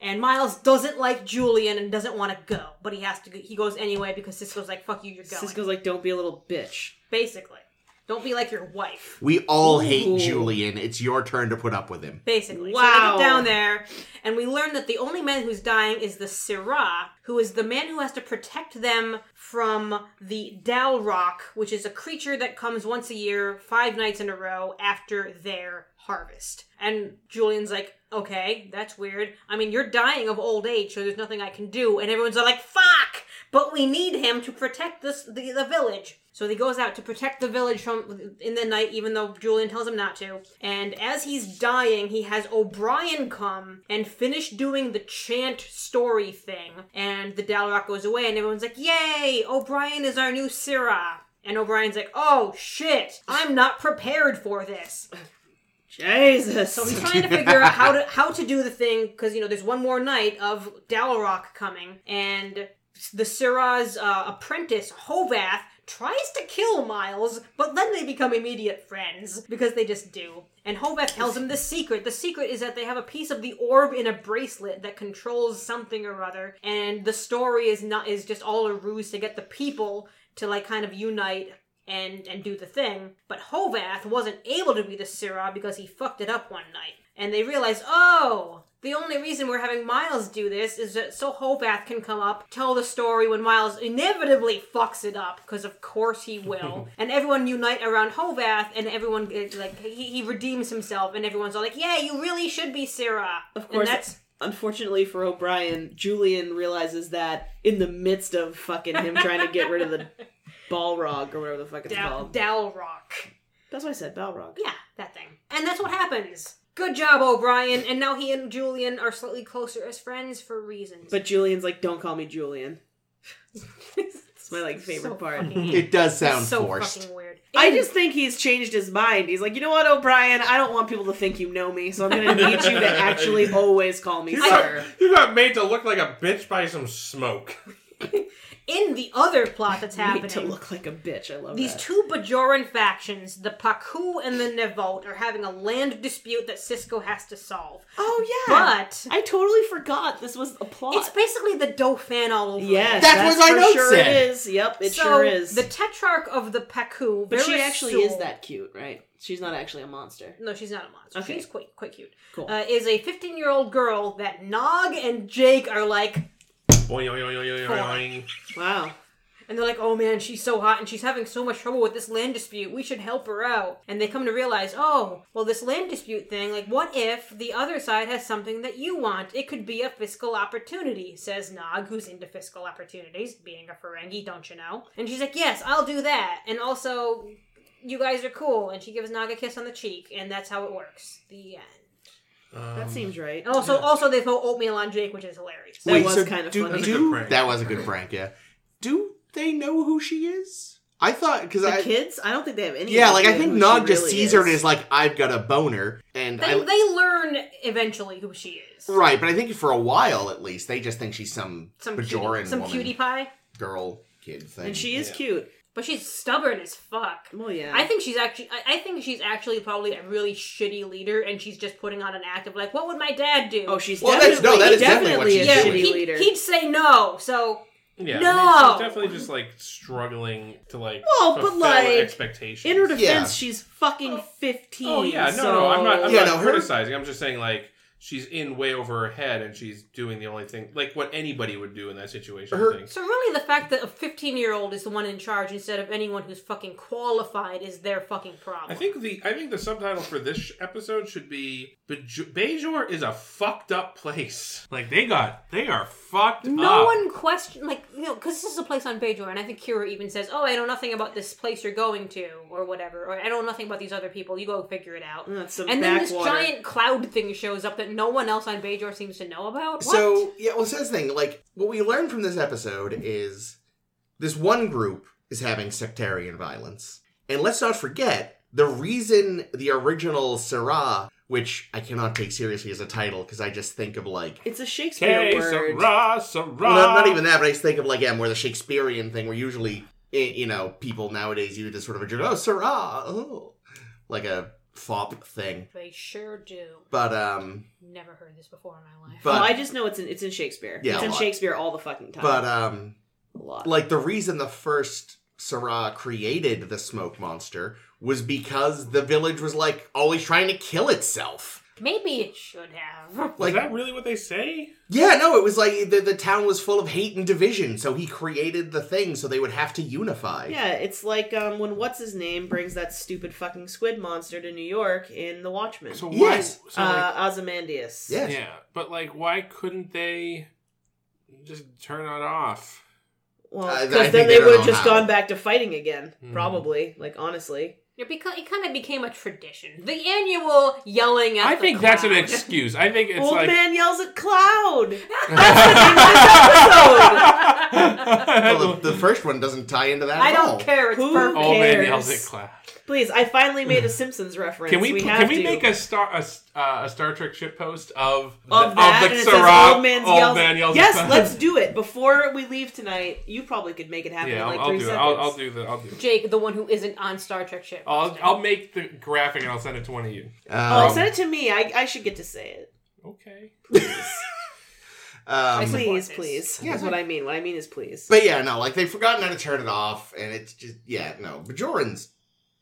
Speaker 1: And Miles doesn't like Julian and doesn't want to go, but he has to. go- He goes anyway because Cisco's like, "Fuck you, you're going."
Speaker 2: Cisco's like, "Don't be a little bitch."
Speaker 1: Basically, don't be like your wife.
Speaker 4: we all
Speaker 2: Ooh.
Speaker 4: hate Julian. It's your turn to put up with him.
Speaker 1: Basically, so
Speaker 2: Wow.
Speaker 1: they get down there, and we learn that the only man who's dying is the Syrah, who is the man who has to protect them from the Dalrock, which is a creature that comes once a year, five nights in a row after their harvest. And Julian's like, "Okay, that's weird. I mean, you're dying of old age, so there's nothing I can do." And everyone's like, "Fuck!" But we need him to protect this the, the village. So he goes out to protect the village from in the night, even though Julian tells him not to. And as he's dying, he has O'Brien come and finish doing the chant story thing. And the Dalrock goes away, and everyone's like, "Yay! O'Brien is our new Syrah." And O'Brien's like, "Oh shit! I'm not prepared for this."
Speaker 2: Jesus.
Speaker 1: So he's trying to figure out how to how to do the thing because you know there's one more night of Dalrock coming, and the Syrah's uh, apprentice Hovath tries to kill Miles, but then they become immediate friends because they just do. And Hovath tells him the secret. The secret is that they have a piece of the orb in a bracelet that controls something or other, and the story is not is just all a ruse to get the people to like kind of unite and and do the thing. But Hovath wasn't able to be the Syrah because he fucked it up one night. And they realized, oh, the only reason we're having Miles do this is that so Hovath can come up, tell the story when Miles inevitably fucks it up, because of course he will. and everyone unite around Hovath, and everyone uh, like he, he redeems himself, and everyone's all like, yeah, you really should be Syrah.
Speaker 2: Of
Speaker 1: And
Speaker 2: course.
Speaker 1: that's
Speaker 2: Unfortunately for O'Brien, Julian realizes that in the midst of fucking him trying to get rid of the Balrog or whatever the fuck it's
Speaker 1: Dal-
Speaker 2: called.
Speaker 1: Dalrock.
Speaker 2: That's what I said, Balrog.
Speaker 1: Yeah, that thing. And that's what happens. Good job, O'Brien. And now he and Julian are slightly closer as friends for reasons.
Speaker 2: But Julian's like, don't call me Julian.
Speaker 1: it's
Speaker 2: my, like, favorite part.
Speaker 4: It does sound
Speaker 1: so
Speaker 4: forced.
Speaker 1: fucking weird.
Speaker 2: I just think he's changed his mind. He's like, you know what, O'Brien? I don't want people to think you know me, so I'm going to need you to actually always call me
Speaker 3: You
Speaker 2: sir.
Speaker 3: got, you got made to look like a bitch by some smoke.
Speaker 1: in the other plot that's
Speaker 2: I need to
Speaker 1: happening.
Speaker 2: look like a bitch. I love
Speaker 1: These
Speaker 2: that.
Speaker 1: two Bajoran factions, the Paku and the Nevolt, are having a land dispute that Cisco has to solve.
Speaker 2: oh yeah,
Speaker 1: But
Speaker 2: I totally forgot this was a plot.
Speaker 1: it's basically the Dauphin all over.
Speaker 2: yes,
Speaker 4: That's what my
Speaker 2: for
Speaker 4: notes
Speaker 2: sure
Speaker 4: said.
Speaker 2: It is. Yep, it
Speaker 1: so
Speaker 2: sure is.
Speaker 1: the Tetrarch of the Paku.
Speaker 2: but she
Speaker 1: Veris
Speaker 2: actually
Speaker 1: Sul-
Speaker 2: is that cute, right? She's not actually a monster.
Speaker 1: No, she's not a monster.
Speaker 2: Okay.
Speaker 1: She's quite quite cute.
Speaker 2: Cool.
Speaker 1: Uh, is a 15 year old girl that Nog and Jake are like,
Speaker 3: Boing, oing, oing, oing, oing, oing.
Speaker 2: Wow.
Speaker 1: and they're like, oh man, she's so hot and she's having so much trouble with this land dispute. We should help her out. And they come to realize, oh, well, this land dispute thing, like, what if the other side has something that you want? It could be a fiscal opportunity, says Nog, who's into fiscal opportunities, being a Ferengi, don't you know? And she's like, yes, I'll do that. And also, you guys are cool. And she gives Nog a kiss on the cheek, and that's how it works. The end.
Speaker 3: Um,
Speaker 2: That seems right.
Speaker 1: And also, also they throw oatmeal on Jake, which is hilarious.
Speaker 2: That was kind of
Speaker 4: do,
Speaker 2: funny.
Speaker 4: do-
Speaker 3: That was
Speaker 4: that was a
Speaker 3: a good prank.
Speaker 4: good prank. Yeah. Do they know who she is? I thought because
Speaker 2: The
Speaker 4: I
Speaker 2: kids? I don't think they have any.
Speaker 4: yeah, like I
Speaker 2: idea
Speaker 4: think
Speaker 2: who
Speaker 4: Nog
Speaker 2: she
Speaker 4: just
Speaker 2: really
Speaker 4: sees
Speaker 2: is.
Speaker 4: her and is like, I've got a boner, and
Speaker 1: They,
Speaker 4: I
Speaker 1: they learn eventually who she is.
Speaker 4: right. But I think for a while at least, they just think she's some,
Speaker 1: Some
Speaker 4: Bajoran
Speaker 1: cutie, some
Speaker 4: woman,
Speaker 1: cutie pie,
Speaker 4: girl kid thing.
Speaker 2: and she is
Speaker 3: Yeah.
Speaker 2: cute.
Speaker 1: but she's stubborn as fuck.
Speaker 2: Well, yeah.
Speaker 1: I think she's actually. I- I think she's actually probably a really shitty leader, and she's just putting on an act of like, "What would my dad do?"
Speaker 2: Oh, she's
Speaker 4: Well, that's-
Speaker 2: definitely,
Speaker 4: no, that is definitely what
Speaker 2: definitely,
Speaker 4: she's
Speaker 2: a
Speaker 4: doing.
Speaker 2: shitty
Speaker 1: he'd,
Speaker 2: leader.
Speaker 1: he'd say no. So
Speaker 3: Yeah,
Speaker 1: No!
Speaker 3: I mean, she's definitely just like struggling to like
Speaker 2: Well, but,
Speaker 3: fulfill
Speaker 2: like,
Speaker 3: expectations.
Speaker 2: In her defense,
Speaker 4: Yeah.
Speaker 2: she's fucking fifteen.
Speaker 3: oh yeah, no,
Speaker 2: so...
Speaker 3: no, I'm not. I'm
Speaker 4: Yeah,
Speaker 3: not
Speaker 4: no, her-
Speaker 3: criticizing. I'm just saying like she's in way over her head, and she's doing the only thing like what anybody would do in that situation.
Speaker 4: Her-
Speaker 3: I think.
Speaker 1: So really, the fact that a 15 year old is the one in charge instead of anyone who's fucking qualified is their fucking problem.
Speaker 3: I think the I think the subtitle for this sh- episode should be Bej- Bejor is a fucked up place. Like they got they are fucked
Speaker 1: no
Speaker 3: up.
Speaker 1: one question like you know because this is a place on Bejor, and I think Kira even says, "Oh, I know nothing about this place you're going to, or whatever, or I know nothing about these other people. You go figure it out."
Speaker 2: That's some
Speaker 1: And then this
Speaker 2: backwater.
Speaker 1: giant cloud thing shows up that no one else on Bejor seems to know about. What?
Speaker 4: So yeah, well, so that's the thing. Like, what we learned from this episode is this one group is having sectarian violence, and let's not forget the reason the original Sarah, which I cannot take seriously as a title because I just think of like.
Speaker 2: It's a Shakespeare
Speaker 3: Okay,
Speaker 2: word.
Speaker 3: Sarah,
Speaker 4: Well, not, not even that, but I just think of like yeah, more the Shakespearean thing where usually i- you know people nowadays use this sort of a joke, oh Sarah, oh, like a fop thing.
Speaker 1: they sure do.
Speaker 4: But um,
Speaker 1: Never heard this before in my life.
Speaker 4: But-
Speaker 2: no, Oh, I just know it's in it's in Shakespeare.
Speaker 4: Yeah,
Speaker 2: it's
Speaker 4: a
Speaker 2: in
Speaker 4: lot.
Speaker 2: Shakespeare all the fucking time.
Speaker 4: but um,
Speaker 2: a lot.
Speaker 4: like the reason the first Sarah created the smoke monster was because the village was like always trying to kill itself.
Speaker 1: Maybe it should have.
Speaker 3: Like,
Speaker 4: Like-
Speaker 3: is that really what they say?
Speaker 4: Yeah, no, it was like the, the town was full of hate and division, so he created the thing so they would have to unify.
Speaker 2: yeah, it's like um, when what's his name brings that stupid fucking squid monster to New York in The Watchmen.
Speaker 3: So why?
Speaker 4: Yes.
Speaker 3: So
Speaker 2: uh,
Speaker 3: like,
Speaker 2: Ozymandias.
Speaker 4: Yes.
Speaker 3: yeah, but like, why couldn't they just turn it off?
Speaker 2: Well,
Speaker 4: I- I
Speaker 2: because
Speaker 4: think
Speaker 2: then
Speaker 4: they
Speaker 2: they
Speaker 4: don't
Speaker 2: would
Speaker 4: know
Speaker 2: have just
Speaker 4: how.
Speaker 2: gone back to fighting again,
Speaker 3: Mhm.
Speaker 2: probably. Like honestly,
Speaker 1: Yeah, because it kind of became a tradition. The annual yelling at
Speaker 3: I
Speaker 1: the
Speaker 3: think that's an
Speaker 1: cloud.
Speaker 3: excuse. I think it's
Speaker 2: old
Speaker 3: like
Speaker 2: man yells at cloud.
Speaker 4: Well, the, the first one doesn't tie into that
Speaker 1: I
Speaker 4: at
Speaker 1: don't
Speaker 4: all.
Speaker 1: care. It's
Speaker 2: Who-
Speaker 1: perfect.
Speaker 3: Old man
Speaker 2: cares?
Speaker 3: yells at Cloud.
Speaker 2: Please, I finally made a Simpsons reference.
Speaker 3: Can we,
Speaker 2: we have
Speaker 3: can we
Speaker 2: to.
Speaker 3: make a star a, s- uh, a Star Trek ship post of
Speaker 2: of that, and it says
Speaker 3: Sarah-
Speaker 2: old man's
Speaker 3: old
Speaker 2: yells.
Speaker 3: man yells
Speaker 2: yes,
Speaker 3: at Cloud?
Speaker 2: let's do it before we leave tonight. You probably could make it happen
Speaker 3: Yeah,
Speaker 2: in
Speaker 3: I'll,
Speaker 2: like
Speaker 3: I'll
Speaker 2: three
Speaker 3: do it.
Speaker 2: seconds.
Speaker 3: I'll, I'll do the. I'll do it.
Speaker 1: Jake, the one who isn't on Star Trek ship.
Speaker 3: I'll, I'll make the graphic and I'll send it to one of you.
Speaker 2: Oh,
Speaker 4: Um,
Speaker 2: send it to me. I, I should get to say it.
Speaker 3: Okay.
Speaker 4: um,
Speaker 1: see.
Speaker 2: Please,
Speaker 1: this.
Speaker 2: please.
Speaker 4: Yeah,
Speaker 2: That's what I mean. What I mean is please.
Speaker 4: but yeah, no, like they've forgotten how to turn it off, and it's just yeah, no. Bajorans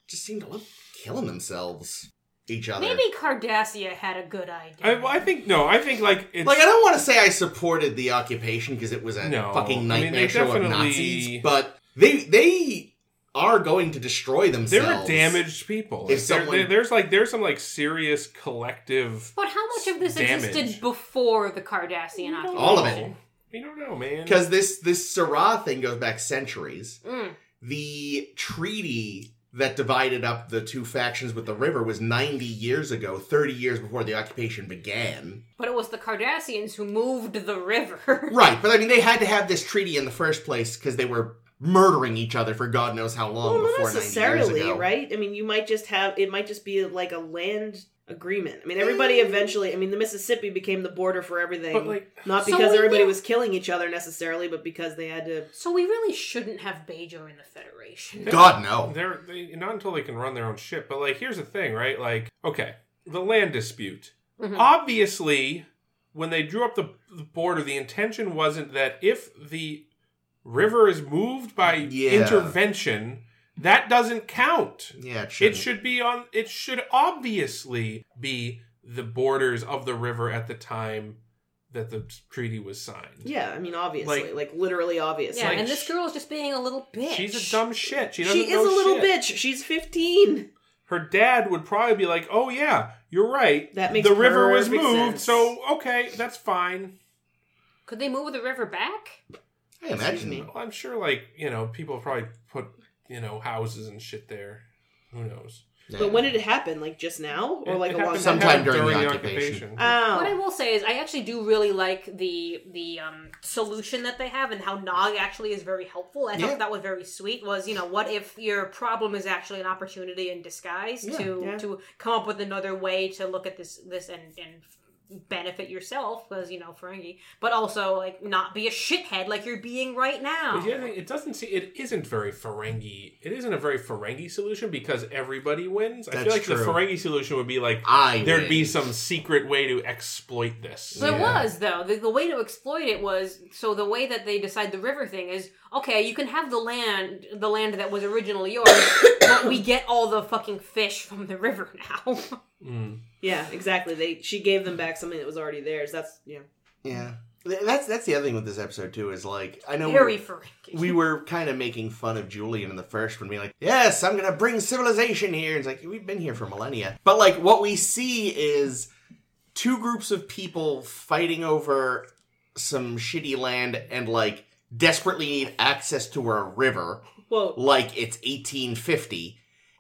Speaker 4: just seem to love killing themselves, each other.
Speaker 1: Maybe Cardassia had a good idea.
Speaker 3: I, well, I think no. I think like it's
Speaker 4: Like I don't want to say I supported the occupation because it was a
Speaker 3: No.
Speaker 4: fucking
Speaker 3: I mean,
Speaker 4: nightmare
Speaker 3: they
Speaker 4: show of
Speaker 3: definitely-
Speaker 4: Nazis, but they they are going to destroy
Speaker 3: they're
Speaker 4: themselves.
Speaker 3: damaged people.
Speaker 4: If
Speaker 3: There-
Speaker 4: someone-
Speaker 3: there's like there's some like serious collective.
Speaker 1: But how much of this
Speaker 3: Damage.
Speaker 1: existed before the Cardassian occupation?
Speaker 4: All of it.
Speaker 3: We don't know, man.
Speaker 4: because this this Sarah thing goes back centuries.
Speaker 1: Mm.
Speaker 4: The treaty that divided up the two factions with the river was 90 years ago, 30 years before the occupation began.
Speaker 1: But it was the Cardassians who moved the river.
Speaker 4: Right, but I mean they had to have this treaty in the first place because they were murdering each other for God knows how long
Speaker 2: Well, not
Speaker 4: before 90 years
Speaker 2: necessarily,
Speaker 4: ago.
Speaker 2: right? I mean, you might just have it might just be like a land agreement. I mean, everybody
Speaker 4: Mm.
Speaker 2: eventually. I mean, the Mississippi became the border for everything,
Speaker 3: But like,
Speaker 2: not
Speaker 1: So
Speaker 2: because
Speaker 1: we
Speaker 2: everybody
Speaker 1: will-
Speaker 2: was killing each other necessarily, but because they had to.
Speaker 1: So we really shouldn't have Bejo in the Federation.
Speaker 4: God no.
Speaker 3: They're they, not until they can run their own ship. But like, here's the thing, right? Like, okay, the land dispute.
Speaker 1: Mhm.
Speaker 3: Obviously, when they drew up the, the border, the intention wasn't that if the river is moved by
Speaker 4: Yeah.
Speaker 3: intervention, that doesn't count.
Speaker 4: Yeah, it should.
Speaker 3: It should be on. It should obviously be the borders of the river at the time that the treaty was signed.
Speaker 2: Yeah, I mean, obviously, like,
Speaker 3: Like-
Speaker 2: literally, obviously.
Speaker 1: Yeah,
Speaker 3: like
Speaker 1: and this
Speaker 3: sh-
Speaker 1: girl is just being a little bitch.
Speaker 3: She's a dumb shit. She
Speaker 2: she,
Speaker 3: doesn't.
Speaker 2: is a
Speaker 3: know
Speaker 2: little
Speaker 3: shit.
Speaker 2: bitch. She's fifteen.
Speaker 3: Her dad would probably be like, "Oh yeah, you're right.
Speaker 2: That makes
Speaker 3: the river was
Speaker 2: perfect
Speaker 3: moved,
Speaker 2: sense.
Speaker 3: so okay, that's fine."
Speaker 1: Could they move the river back?
Speaker 4: I imagine.
Speaker 2: Excuse me.
Speaker 3: Well, I'm sure, like you know, people probably put you know houses and shit there. Who knows?
Speaker 4: Yeah.
Speaker 2: But when did it happen? Like just now, or
Speaker 3: It-
Speaker 2: like
Speaker 3: it
Speaker 2: a long
Speaker 3: happened- it
Speaker 2: time?
Speaker 4: Sometime
Speaker 3: happened
Speaker 4: during the occupation.
Speaker 2: Oh,
Speaker 1: What I will say is, I actually do really like the the um, solution that they have, and how Nog actually is very helpful. I
Speaker 4: Yeah.
Speaker 1: thought that was very sweet. Was you know, what if your problem is actually an opportunity in disguise
Speaker 4: Yeah.
Speaker 1: to
Speaker 2: Yeah.
Speaker 1: to come up with another way to look at this this and and benefit yourself because you know Ferengi, but also like not be a shithead like you're being right
Speaker 4: Oh.
Speaker 1: now.
Speaker 3: But the other thing, it doesn't see it isn't very Ferengi. It isn't a very Ferengi solution because everybody wins. I feel
Speaker 4: That's
Speaker 3: like the
Speaker 4: true.
Speaker 3: Ferengi solution would be like
Speaker 4: I
Speaker 3: there'd
Speaker 4: win.
Speaker 3: be some secret way to exploit this.
Speaker 1: So
Speaker 4: Yeah.
Speaker 1: it was though. The, the way to exploit it was so the way that they decide the river thing is okay. You can have the land, the land that was originally yours, but we get all the fucking fish from the river now.
Speaker 3: Mm.
Speaker 2: yeah, exactly. They she gave them back something that was already theirs. That's yeah.
Speaker 4: Yeah. Th- That's that's the other thing with this episode too is like I know we
Speaker 1: Very
Speaker 4: were-
Speaker 1: Ferengi.
Speaker 4: we were kind of making fun of Julian in the first one, being like, "Yes, I'm gonna bring civilization here." It's like we've been here for millennia, but like what we see is two groups of people fighting over some shitty land and like desperately need access to a river,
Speaker 2: Well,
Speaker 4: like it's 1850,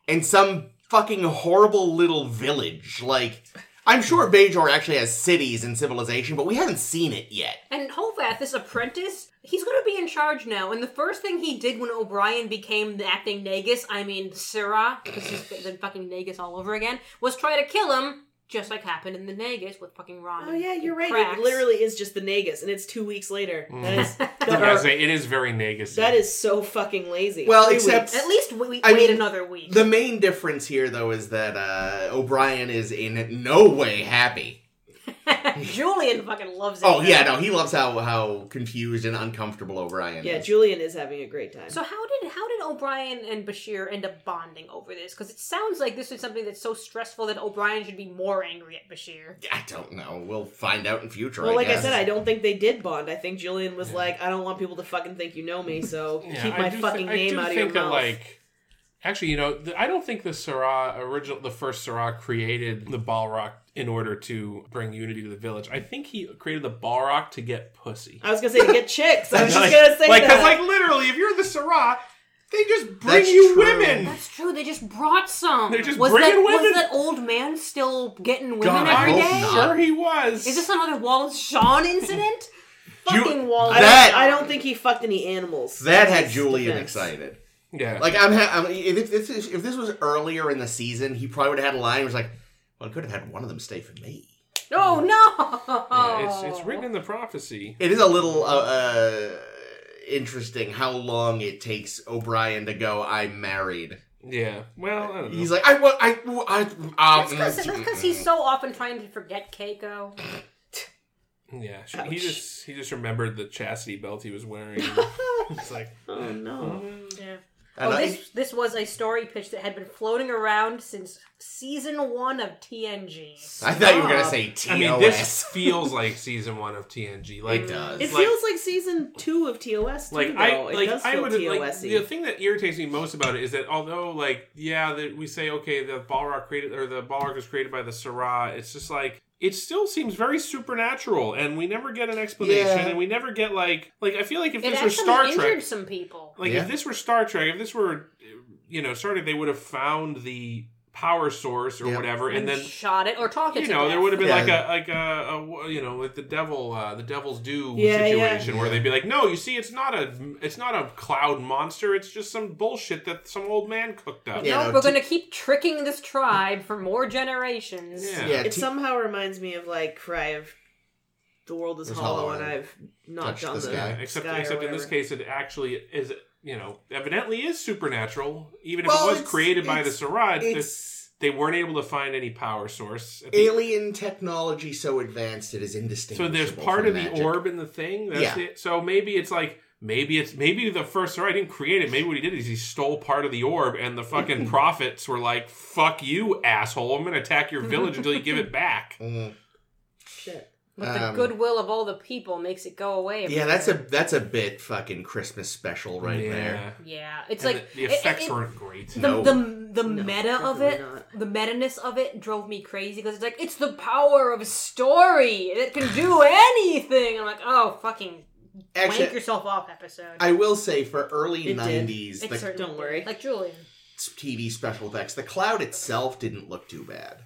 Speaker 4: and some fucking horrible little village. Like I'm sure Bajor actually has cities and civilization, but we haven't seen it yet.
Speaker 1: And Hovath, this apprentice, he's going to be in charge now. And the first thing he did when O'Brien became the acting Nagus, I mean Syrah, because he's been fucking Nagus all over again, was try to kill him, just like happened in the Nagus with fucking Ron.
Speaker 2: oh yeah, you're right.
Speaker 1: Cracks.
Speaker 2: It literally is just the Nagus, and it's two weeks later.
Speaker 3: Mm.
Speaker 2: That is
Speaker 3: I
Speaker 2: that,
Speaker 3: gotta
Speaker 2: are-
Speaker 3: say, it is very Negus.
Speaker 2: that is so fucking lazy.
Speaker 4: Well,
Speaker 2: Three
Speaker 4: except-
Speaker 2: weeks.
Speaker 1: At least we, we
Speaker 4: I
Speaker 1: wait
Speaker 4: mean,
Speaker 1: another week.
Speaker 4: The main difference here, though, is that uh, O'Brien is in no way happy.
Speaker 1: Julian fucking loves it.
Speaker 4: Oh yeah, no, he loves how how confused and uncomfortable O'Brien
Speaker 2: yeah,
Speaker 4: is.
Speaker 2: Julian is having a great time.
Speaker 1: So how did how did O'Brien and Bashir end up bonding over this? Because it sounds like this is something that's so stressful that O'Brien should be more angry at Bashir.
Speaker 4: I don't know. We'll find out in future.
Speaker 2: well, like
Speaker 4: guess.
Speaker 2: I said, I don't think they did bond. I think Julian was
Speaker 3: Yeah.
Speaker 2: like, I don't want people to fucking think you know me, so
Speaker 3: Yeah,
Speaker 2: keep
Speaker 3: I
Speaker 2: my
Speaker 3: do thi-
Speaker 2: fucking
Speaker 3: I
Speaker 2: name
Speaker 3: do
Speaker 2: out of your
Speaker 3: think that,
Speaker 2: mouth.
Speaker 3: Like, actually, you know, the, I don't think the Syrah original, the first Syrah created the Balrog in order to bring unity to the village. I think he created the Balrog to get pussy.
Speaker 2: I was gonna say to get chicks. I was just
Speaker 3: like,
Speaker 2: gonna say
Speaker 3: like, 'cause,
Speaker 2: that.
Speaker 3: like, literally, if you're the Syrah, they just bring
Speaker 4: That's
Speaker 3: you
Speaker 4: true.
Speaker 3: women.
Speaker 1: That's true. They just brought some.
Speaker 3: They're just
Speaker 1: was that,
Speaker 3: bringing women.
Speaker 1: Was that old man still getting women
Speaker 3: God, I
Speaker 1: every
Speaker 4: hope
Speaker 1: day?
Speaker 4: not.
Speaker 3: Sure, he was.
Speaker 1: Is this another Wallace Shawn incident?
Speaker 4: Ju-
Speaker 1: Fucking Wallace.
Speaker 2: I,
Speaker 4: That-
Speaker 2: don't, I don't think he fucked any animals.
Speaker 4: that
Speaker 2: In
Speaker 4: had
Speaker 2: his
Speaker 4: Julian
Speaker 2: defense.
Speaker 4: excited.
Speaker 3: yeah.
Speaker 4: Like I'm, ha- I'm if, if, this, if this was earlier in the season, he probably would have had a line. Where was like, well, I could have had one of them stay for me.
Speaker 1: Oh no!
Speaker 3: Yeah, it's, it's written in the prophecy.
Speaker 4: It is a little uh, uh, interesting how long it takes O'Brien to go. I'm married.
Speaker 3: Yeah. Well, I don't know.
Speaker 4: He's like, I want, I, I, um,
Speaker 1: That's because he's so often trying to forget Keiko.
Speaker 3: yeah. Sure. He
Speaker 2: Ouch.
Speaker 3: just he just remembered the chastity belt he was wearing. it's like
Speaker 2: Oh
Speaker 3: Mm-hmm.
Speaker 2: no.
Speaker 1: Yeah.
Speaker 4: And
Speaker 1: oh,
Speaker 4: I-
Speaker 1: this this was a story pitch that had been floating around since season one of TNG.
Speaker 4: I thought you were gonna
Speaker 2: Stop.
Speaker 4: say TOS.
Speaker 3: I mean, this feels like season one of TNG. Like
Speaker 4: it does.
Speaker 2: It
Speaker 3: Like-
Speaker 2: feels like season two of TOS. Too,
Speaker 3: Like I
Speaker 2: though. it
Speaker 3: like
Speaker 2: does
Speaker 3: I
Speaker 2: feel
Speaker 3: would like
Speaker 2: TOS-y.
Speaker 3: the thing that irritates me most about it is that although like yeah that we say okay the Balrog created or the Balrog was created by the Syrah it's just like it still seems very supernatural and we never get an explanation
Speaker 4: Yeah.
Speaker 3: and we never get like like I feel like if
Speaker 1: It
Speaker 3: this were
Speaker 1: actually
Speaker 3: Star
Speaker 1: injured
Speaker 3: Trek
Speaker 1: some people.
Speaker 3: like
Speaker 4: Yeah.
Speaker 3: if this were Star Trek if this were you know started they would have found the power source or
Speaker 4: Yeah.
Speaker 3: whatever, and then
Speaker 1: shot it or talk it.
Speaker 3: you
Speaker 1: to
Speaker 3: know
Speaker 1: death.
Speaker 3: there would have been
Speaker 4: Yeah.
Speaker 3: like a like a, a you know like the devil uh, the devil's due
Speaker 2: Yeah, yeah.
Speaker 3: situation where they'd be like, no, you see, it's not a it's not a cloud monster. It's just some bullshit that some old man cooked up.
Speaker 4: Yeah,
Speaker 1: no,
Speaker 4: no,
Speaker 1: we're
Speaker 4: t-
Speaker 1: going to keep tricking this tribe for more generations.
Speaker 3: Yeah.
Speaker 4: Yeah,
Speaker 2: It
Speaker 4: t-
Speaker 2: somehow reminds me of like Cry of the world is
Speaker 4: It's
Speaker 2: hollow,
Speaker 4: hollow,
Speaker 2: and
Speaker 4: and
Speaker 2: I've not
Speaker 4: touched
Speaker 2: done
Speaker 4: the
Speaker 2: the
Speaker 4: sky.
Speaker 3: Except
Speaker 2: sky or
Speaker 3: except in this
Speaker 2: whatever.
Speaker 3: case, it actually is you know evidently is supernatural, even
Speaker 4: Well,
Speaker 3: if it was
Speaker 4: it's-
Speaker 3: created by the
Speaker 4: it's-
Speaker 3: Sarad. that
Speaker 4: It's
Speaker 3: They weren't able to find any power source. at the-
Speaker 4: alien technology so advanced it is
Speaker 3: So
Speaker 4: indistinguishable.
Speaker 3: there's part
Speaker 4: from
Speaker 3: of the
Speaker 4: magic.
Speaker 3: orb in the thing. That's
Speaker 4: Yeah.
Speaker 3: it. So maybe it's like maybe it's maybe the first Sarah didn't create it. Maybe what he did is he stole part of the orb, and the fucking prophets were like, "Fuck you, asshole! I'm gonna attack your village until you give it back."
Speaker 4: Mm.
Speaker 2: Shit.
Speaker 1: With the
Speaker 4: Um,
Speaker 1: goodwill of all the people makes it go away.
Speaker 4: Yeah, that's a
Speaker 1: everywhere.
Speaker 4: that's a bit fucking Christmas special right
Speaker 3: Yeah.
Speaker 4: there.
Speaker 1: Yeah, it's
Speaker 3: And
Speaker 1: like
Speaker 3: the, the
Speaker 1: it- it-
Speaker 3: effects
Speaker 1: it-
Speaker 3: weren't great.
Speaker 1: The,
Speaker 4: No.
Speaker 1: the the
Speaker 2: No,
Speaker 1: meta of
Speaker 2: definitely
Speaker 1: it,
Speaker 2: not.
Speaker 1: the meta-ness of it drove me crazy because it's like it's the power of story. It can do anything. I'm like, oh fucking wank
Speaker 4: Actually,
Speaker 1: yourself off episode.
Speaker 4: I will say for early
Speaker 2: It did.
Speaker 4: '90s,
Speaker 1: It
Speaker 4: the
Speaker 1: certainly
Speaker 2: Don't
Speaker 1: did.
Speaker 2: worry.
Speaker 1: like Julian.
Speaker 4: TV special effects, the cloud itself didn't look too bad.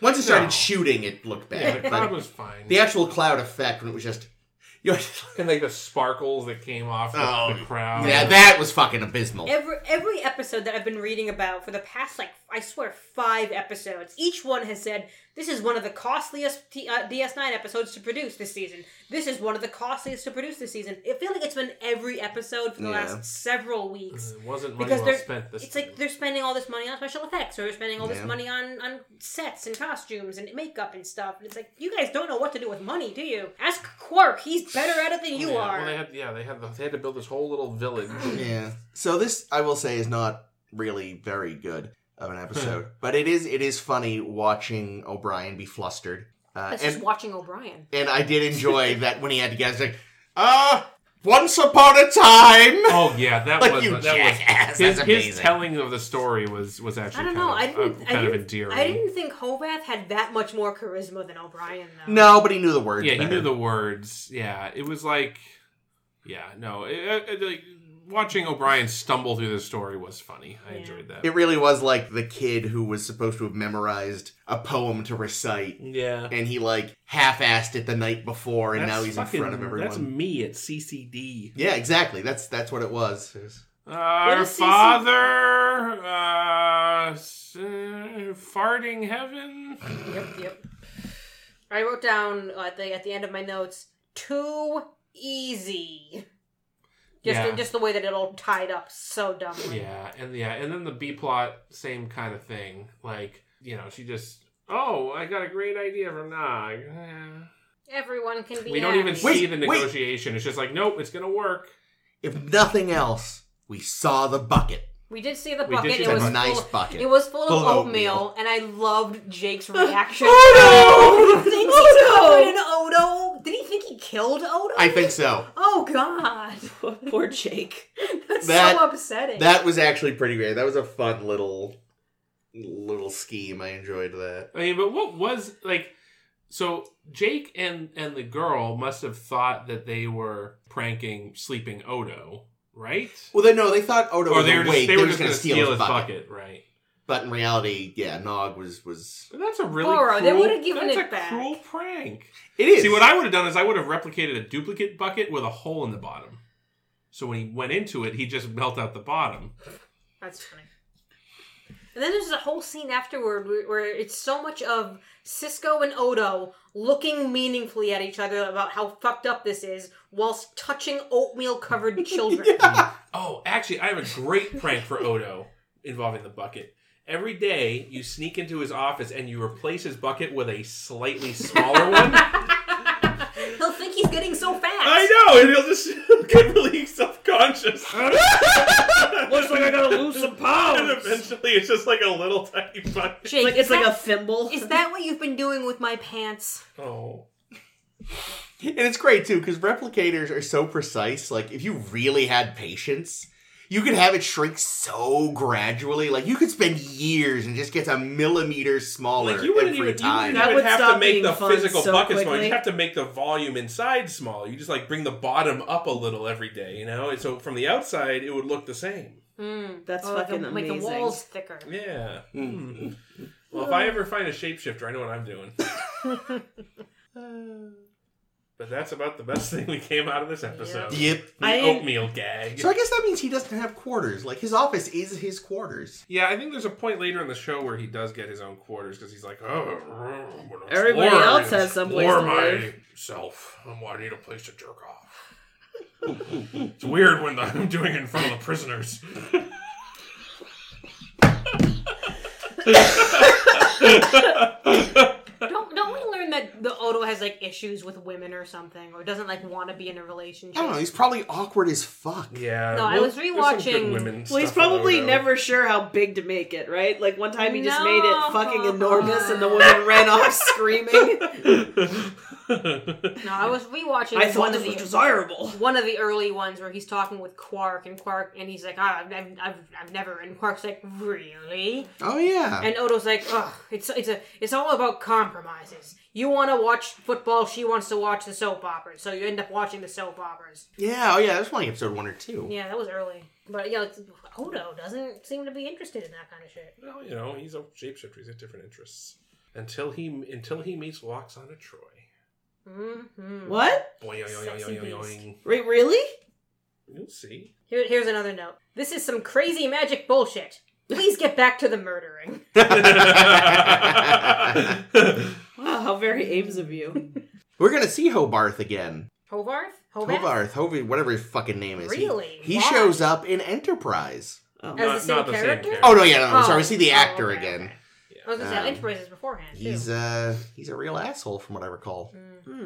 Speaker 4: Once it started
Speaker 3: No.
Speaker 4: shooting, it looked
Speaker 3: Yeah,
Speaker 4: bad.
Speaker 3: the
Speaker 4: but
Speaker 3: crowd was fine.
Speaker 4: the actual cloud effect when it was just you know,
Speaker 3: and like the sparkles that came off the,
Speaker 4: Oh,
Speaker 3: the crowd.
Speaker 4: yeah, that was fucking abysmal.
Speaker 1: Every every episode that I've been reading about for the past like I swear five episodes, each one has said this is one of the costliest T- uh, DS9 episodes to produce this season. This is one of the costliest to produce this season. I feel like it's been every episode for the
Speaker 4: Yeah.
Speaker 1: last several weeks.
Speaker 3: It wasn't money
Speaker 1: Because
Speaker 3: well
Speaker 1: they're-
Speaker 3: spent. This
Speaker 1: It's like they're spending all this money on special effects, or they're spending all this
Speaker 4: Yeah.
Speaker 1: money on, on sets and costumes and makeup and stuff. And it's like you guys don't know what to do with money, do you? Ask Quark; he's better at it than you
Speaker 3: yeah,
Speaker 1: are.
Speaker 3: Well, they had yeah they had the, they had to build this whole little village.
Speaker 4: Yeah. So this I will say is not really very good of an episode,
Speaker 3: Hmm.
Speaker 4: but it is it is funny watching O'Brien be flustered. Uh,
Speaker 1: That's just
Speaker 4: and
Speaker 1: watching O'Brien.
Speaker 4: and I did enjoy that when he had to get it's like, uh, once upon a time.
Speaker 3: Oh yeah, that
Speaker 4: Like
Speaker 3: was
Speaker 4: you
Speaker 3: that
Speaker 4: jackass,
Speaker 3: was his,
Speaker 4: that's
Speaker 3: his
Speaker 4: amazing.
Speaker 3: telling of the story was was actually
Speaker 1: I don't
Speaker 3: kind
Speaker 1: know.
Speaker 3: Of,
Speaker 1: I didn't.
Speaker 3: uh,
Speaker 1: I
Speaker 3: kind
Speaker 1: didn't,
Speaker 3: of endearing.
Speaker 1: I didn't think Hovath had that much more charisma than O'Brien, though.
Speaker 4: No, but he knew the words.
Speaker 3: Yeah, he
Speaker 4: better.
Speaker 3: knew the words. Yeah, it was like, yeah, no, it, it- like watching O'Brien stumble through the story was funny. I
Speaker 1: Yeah.
Speaker 3: enjoyed that.
Speaker 4: It really was like the kid who was supposed to have memorized a poem to recite,
Speaker 3: yeah,
Speaker 4: and he like half-assed it the night before, and now he's in front of everyone.
Speaker 3: me at CCD.
Speaker 4: Yeah, exactly. That's that's what it was. It was-
Speaker 3: Our
Speaker 1: is CC?
Speaker 3: father, uh, s- uh, farting heaven.
Speaker 1: Yep. Yep. I wrote down uh, at the at the end of my notes too easy. Just
Speaker 3: Yeah.
Speaker 1: just the way that it all tied up so dumbly.
Speaker 3: Yeah, and yeah, and then the B plot, same kind of thing. Like, you know, she just, oh, I got a great idea from Nog. Eh.
Speaker 1: Everyone can be.
Speaker 3: We don't even
Speaker 1: happy.
Speaker 4: Wait,
Speaker 3: see the
Speaker 4: wait.
Speaker 3: negotiation. It's just like, nope, it's gonna work.
Speaker 4: If nothing else, we saw the bucket.
Speaker 1: We did see the
Speaker 3: We did
Speaker 1: bucket.
Speaker 3: see
Speaker 1: It
Speaker 4: the
Speaker 1: was
Speaker 4: bucket. Nice
Speaker 1: full,
Speaker 4: bucket.
Speaker 1: It was full,
Speaker 4: Full
Speaker 1: of
Speaker 4: of
Speaker 1: oatmeal,
Speaker 4: oatmeal.
Speaker 1: and I loved Jake's reaction.
Speaker 4: Oh,
Speaker 1: Did he think he covered
Speaker 2: Oh,
Speaker 1: in Odo? Did he think he killed Odo?
Speaker 4: I think so.
Speaker 1: Oh God.
Speaker 2: no. Poor Jake.
Speaker 1: That's
Speaker 4: That-
Speaker 1: so upsetting.
Speaker 4: That was actually pretty great. That was a fun little little scheme. I enjoyed that.
Speaker 3: I mean, but what was like? So Jake and and the girl must have thought that they were pranking sleeping Odo, right?
Speaker 4: Well, they no, they thought Odo
Speaker 3: Or
Speaker 4: was
Speaker 3: they were
Speaker 4: awake.
Speaker 3: just they, were just
Speaker 4: gonna
Speaker 3: gonna steal, his bucket, right?
Speaker 4: but in reality, yeah, Nog was was.
Speaker 3: But that's a really
Speaker 1: Borrow.
Speaker 3: cruel,
Speaker 1: They would've given
Speaker 3: that's
Speaker 1: it
Speaker 3: a
Speaker 1: back.
Speaker 3: cruel prank.
Speaker 4: It is.
Speaker 3: See, what I would have done is I would have replicated a duplicate bucket with a hole in the bottom. So when he went into it, he just melt out the bottom.
Speaker 1: That's funny. And then there's a whole scene afterward where, where it's so much of Cisco and Odo looking meaningfully at each other about how fucked up this is, whilst touching oatmeal covered children.
Speaker 3: Oh, actually, I have a great prank for Odo involving the bucket. Every day, you sneak into his office and you replace his bucket with a slightly smaller one.
Speaker 1: He'll think he's getting so fast.
Speaker 3: I know, and he'll just get really self conscious.
Speaker 2: Looks like I gotta lose some
Speaker 3: And
Speaker 2: pounds.
Speaker 3: eventually, it's just like a little tiny bucket.
Speaker 1: Jake,
Speaker 2: Like
Speaker 1: is,
Speaker 2: it's like a
Speaker 1: that,
Speaker 2: thimble.
Speaker 1: is that what you've been doing with my pants?
Speaker 3: Oh.
Speaker 4: and it's great too because replicators are so precise. Like, if you really had patience, you could have it shrink so gradually. Like, you could spend years and it just gets a millimeter smaller
Speaker 3: Like you wouldn't
Speaker 4: every
Speaker 3: even, you
Speaker 4: time.
Speaker 3: wouldn't
Speaker 2: That
Speaker 3: even
Speaker 2: would
Speaker 3: have to
Speaker 2: stop
Speaker 3: make
Speaker 2: being
Speaker 3: the
Speaker 2: fun
Speaker 3: physical
Speaker 2: so
Speaker 3: bucket smaller.
Speaker 2: quickly.
Speaker 3: You have to make the volume inside smaller. You just like bring the bottom up a little every day, you know. And so from the outside, it would look the same.
Speaker 1: Mm.
Speaker 2: That's
Speaker 1: Or like
Speaker 2: fucking
Speaker 1: the, Make
Speaker 2: amazing.
Speaker 1: the walls thicker.
Speaker 3: Yeah. Hmm. Well, if I ever find a shapeshifter, I know what I'm doing. but that's about the best thing we came out of this episode.
Speaker 4: Yep.
Speaker 3: The
Speaker 2: I didn't-
Speaker 3: oatmeal gag.
Speaker 4: So I guess that means he doesn't have quarters. Like his office is his quarters.
Speaker 3: Yeah, I think there's a point later in the show where he does get his own quarters because he's like, oh, I'm gonna
Speaker 2: Everybody
Speaker 3: explore
Speaker 2: else
Speaker 3: and
Speaker 2: has some place
Speaker 3: explore
Speaker 2: to live."
Speaker 3: myself. I'm, I need a place to jerk off. it's weird when the, I'm doing it in front of the prisoners.
Speaker 1: Don't don't we learn that the Odo has like issues with women or something, or doesn't like want to be in a relationship?
Speaker 4: I
Speaker 2: Oh.
Speaker 4: don't know. He's probably awkward as fuck.
Speaker 3: Yeah.
Speaker 1: No, I was
Speaker 3: there's some good
Speaker 1: rewatching-
Speaker 3: women
Speaker 2: Well, he's
Speaker 3: stuff on
Speaker 2: probably
Speaker 3: Odo.
Speaker 2: never sure how big to make it, right? Like one time he just made
Speaker 1: No.
Speaker 2: it fucking enormous, and the woman ran off screaming.
Speaker 1: No, I was rewatching.
Speaker 2: I thought
Speaker 1: one
Speaker 2: this
Speaker 1: of
Speaker 2: was
Speaker 1: the-
Speaker 2: desirable.
Speaker 1: one of the early ones where he's talking with Quark and Quark and he's like, ah, I've, I've, I've, I've never and Quark's like, really?
Speaker 4: Oh yeah.
Speaker 1: And Odo's like, ugh, it's it's a it's all about compromises. You want to watch football, she wants to watch the soap operas, so you end up watching the soap operas.
Speaker 4: yeah. Oh yeah. That's probably episode one or two.
Speaker 1: Yeah, that was early, but yeah, it's, Odo doesn't seem to be interested in that kind of shit.
Speaker 3: Well, you know, he's a shapeshifter. He's got different interests. Until he until he meets Loxana Troy.
Speaker 1: Mm-hmm.
Speaker 2: What?
Speaker 3: Boing, oing, oing,
Speaker 5: Sexy
Speaker 3: oing, oing,
Speaker 5: beast.
Speaker 3: oing.
Speaker 2: Wait, really?
Speaker 3: You'll see.
Speaker 1: Here, here's another note. This is some crazy magic bullshit. Please get back to the murdering.
Speaker 2: Wow, how very Ames of you.
Speaker 4: We're gonna see Hobarth again.
Speaker 1: Hovarth? Hovarth?
Speaker 4: Hobarth, Hovey, whatever his fucking name is. He-
Speaker 1: Really?
Speaker 4: He,
Speaker 1: Why?
Speaker 4: shows up in Enterprise.
Speaker 2: Oh.
Speaker 1: As the same character?
Speaker 4: Oh no, yeah, no, no,
Speaker 1: Oh.
Speaker 4: sorry. We see the
Speaker 1: Oh,
Speaker 4: actor
Speaker 1: okay,
Speaker 4: again.
Speaker 1: okay. I was gonna
Speaker 4: Um,
Speaker 1: say Enterprise is beforehand. Too.
Speaker 4: He's uh he's a real asshole from what I recall.
Speaker 1: Mm.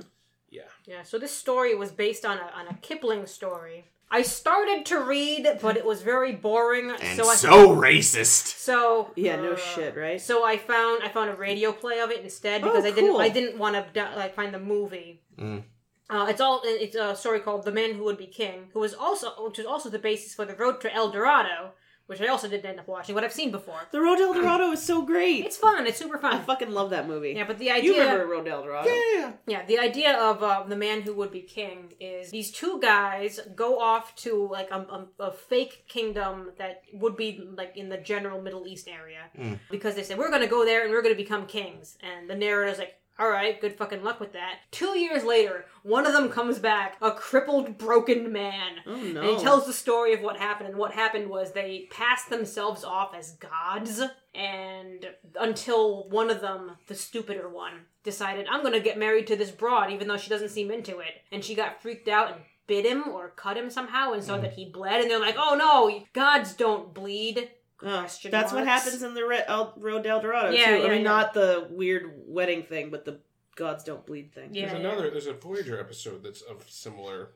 Speaker 3: Yeah.
Speaker 1: Yeah, so this story was based on a, on a Kipling story. I started to read, but it was very boring.
Speaker 4: And
Speaker 1: so I
Speaker 4: so racist.
Speaker 1: so
Speaker 2: Yeah, no
Speaker 1: uh,
Speaker 2: shit, right?
Speaker 1: So I found I found a radio play of it instead
Speaker 2: Oh,
Speaker 1: because I didn't
Speaker 2: cool.
Speaker 1: I didn't want to do- like find the movie.
Speaker 4: Mm.
Speaker 1: Uh, it's all it's a story called "The Man Who Would Be King," who was also which was also the basis for the Road to El Dorado, which I also didn't end up watching, but I've seen before.
Speaker 2: the Road to El Dorado is so great.
Speaker 1: It's fun. It's super
Speaker 2: I
Speaker 1: fun.
Speaker 2: fucking love that movie.
Speaker 1: Yeah, but the idea
Speaker 2: you remember Road to El Dorado?
Speaker 4: Yeah.
Speaker 1: Yeah, the idea of uh, the man who would be king is these two guys go off to like a, a, a fake kingdom that would be like in the general Middle East area
Speaker 4: Mm.
Speaker 1: because they said we're going to go there and we're going to become kings, and the narrator's like. All right, good fucking luck with that. Two years later, one of them comes back, a crippled, broken man.
Speaker 2: Oh no.
Speaker 1: And he tells the story of what happened. And what happened was they passed themselves off as gods, and until one of them, the stupider one, decided, I'm gonna get married to this broad, even though she doesn't seem into it. And she got freaked out and bit him or cut him somehow, and so that he bled. And they're like, oh no, gods don't bleed.
Speaker 2: Oh,
Speaker 1: Question
Speaker 2: that's what
Speaker 1: marks.
Speaker 2: happens in the Re- El- Road to El Dorado
Speaker 1: Yeah,
Speaker 2: too.
Speaker 1: yeah,
Speaker 2: I mean,
Speaker 1: yeah.
Speaker 2: not the weird wedding thing, but the gods don't bleed thing.
Speaker 1: Yeah,
Speaker 3: There's
Speaker 1: yeah.
Speaker 3: another. There's a Voyager episode that's of similar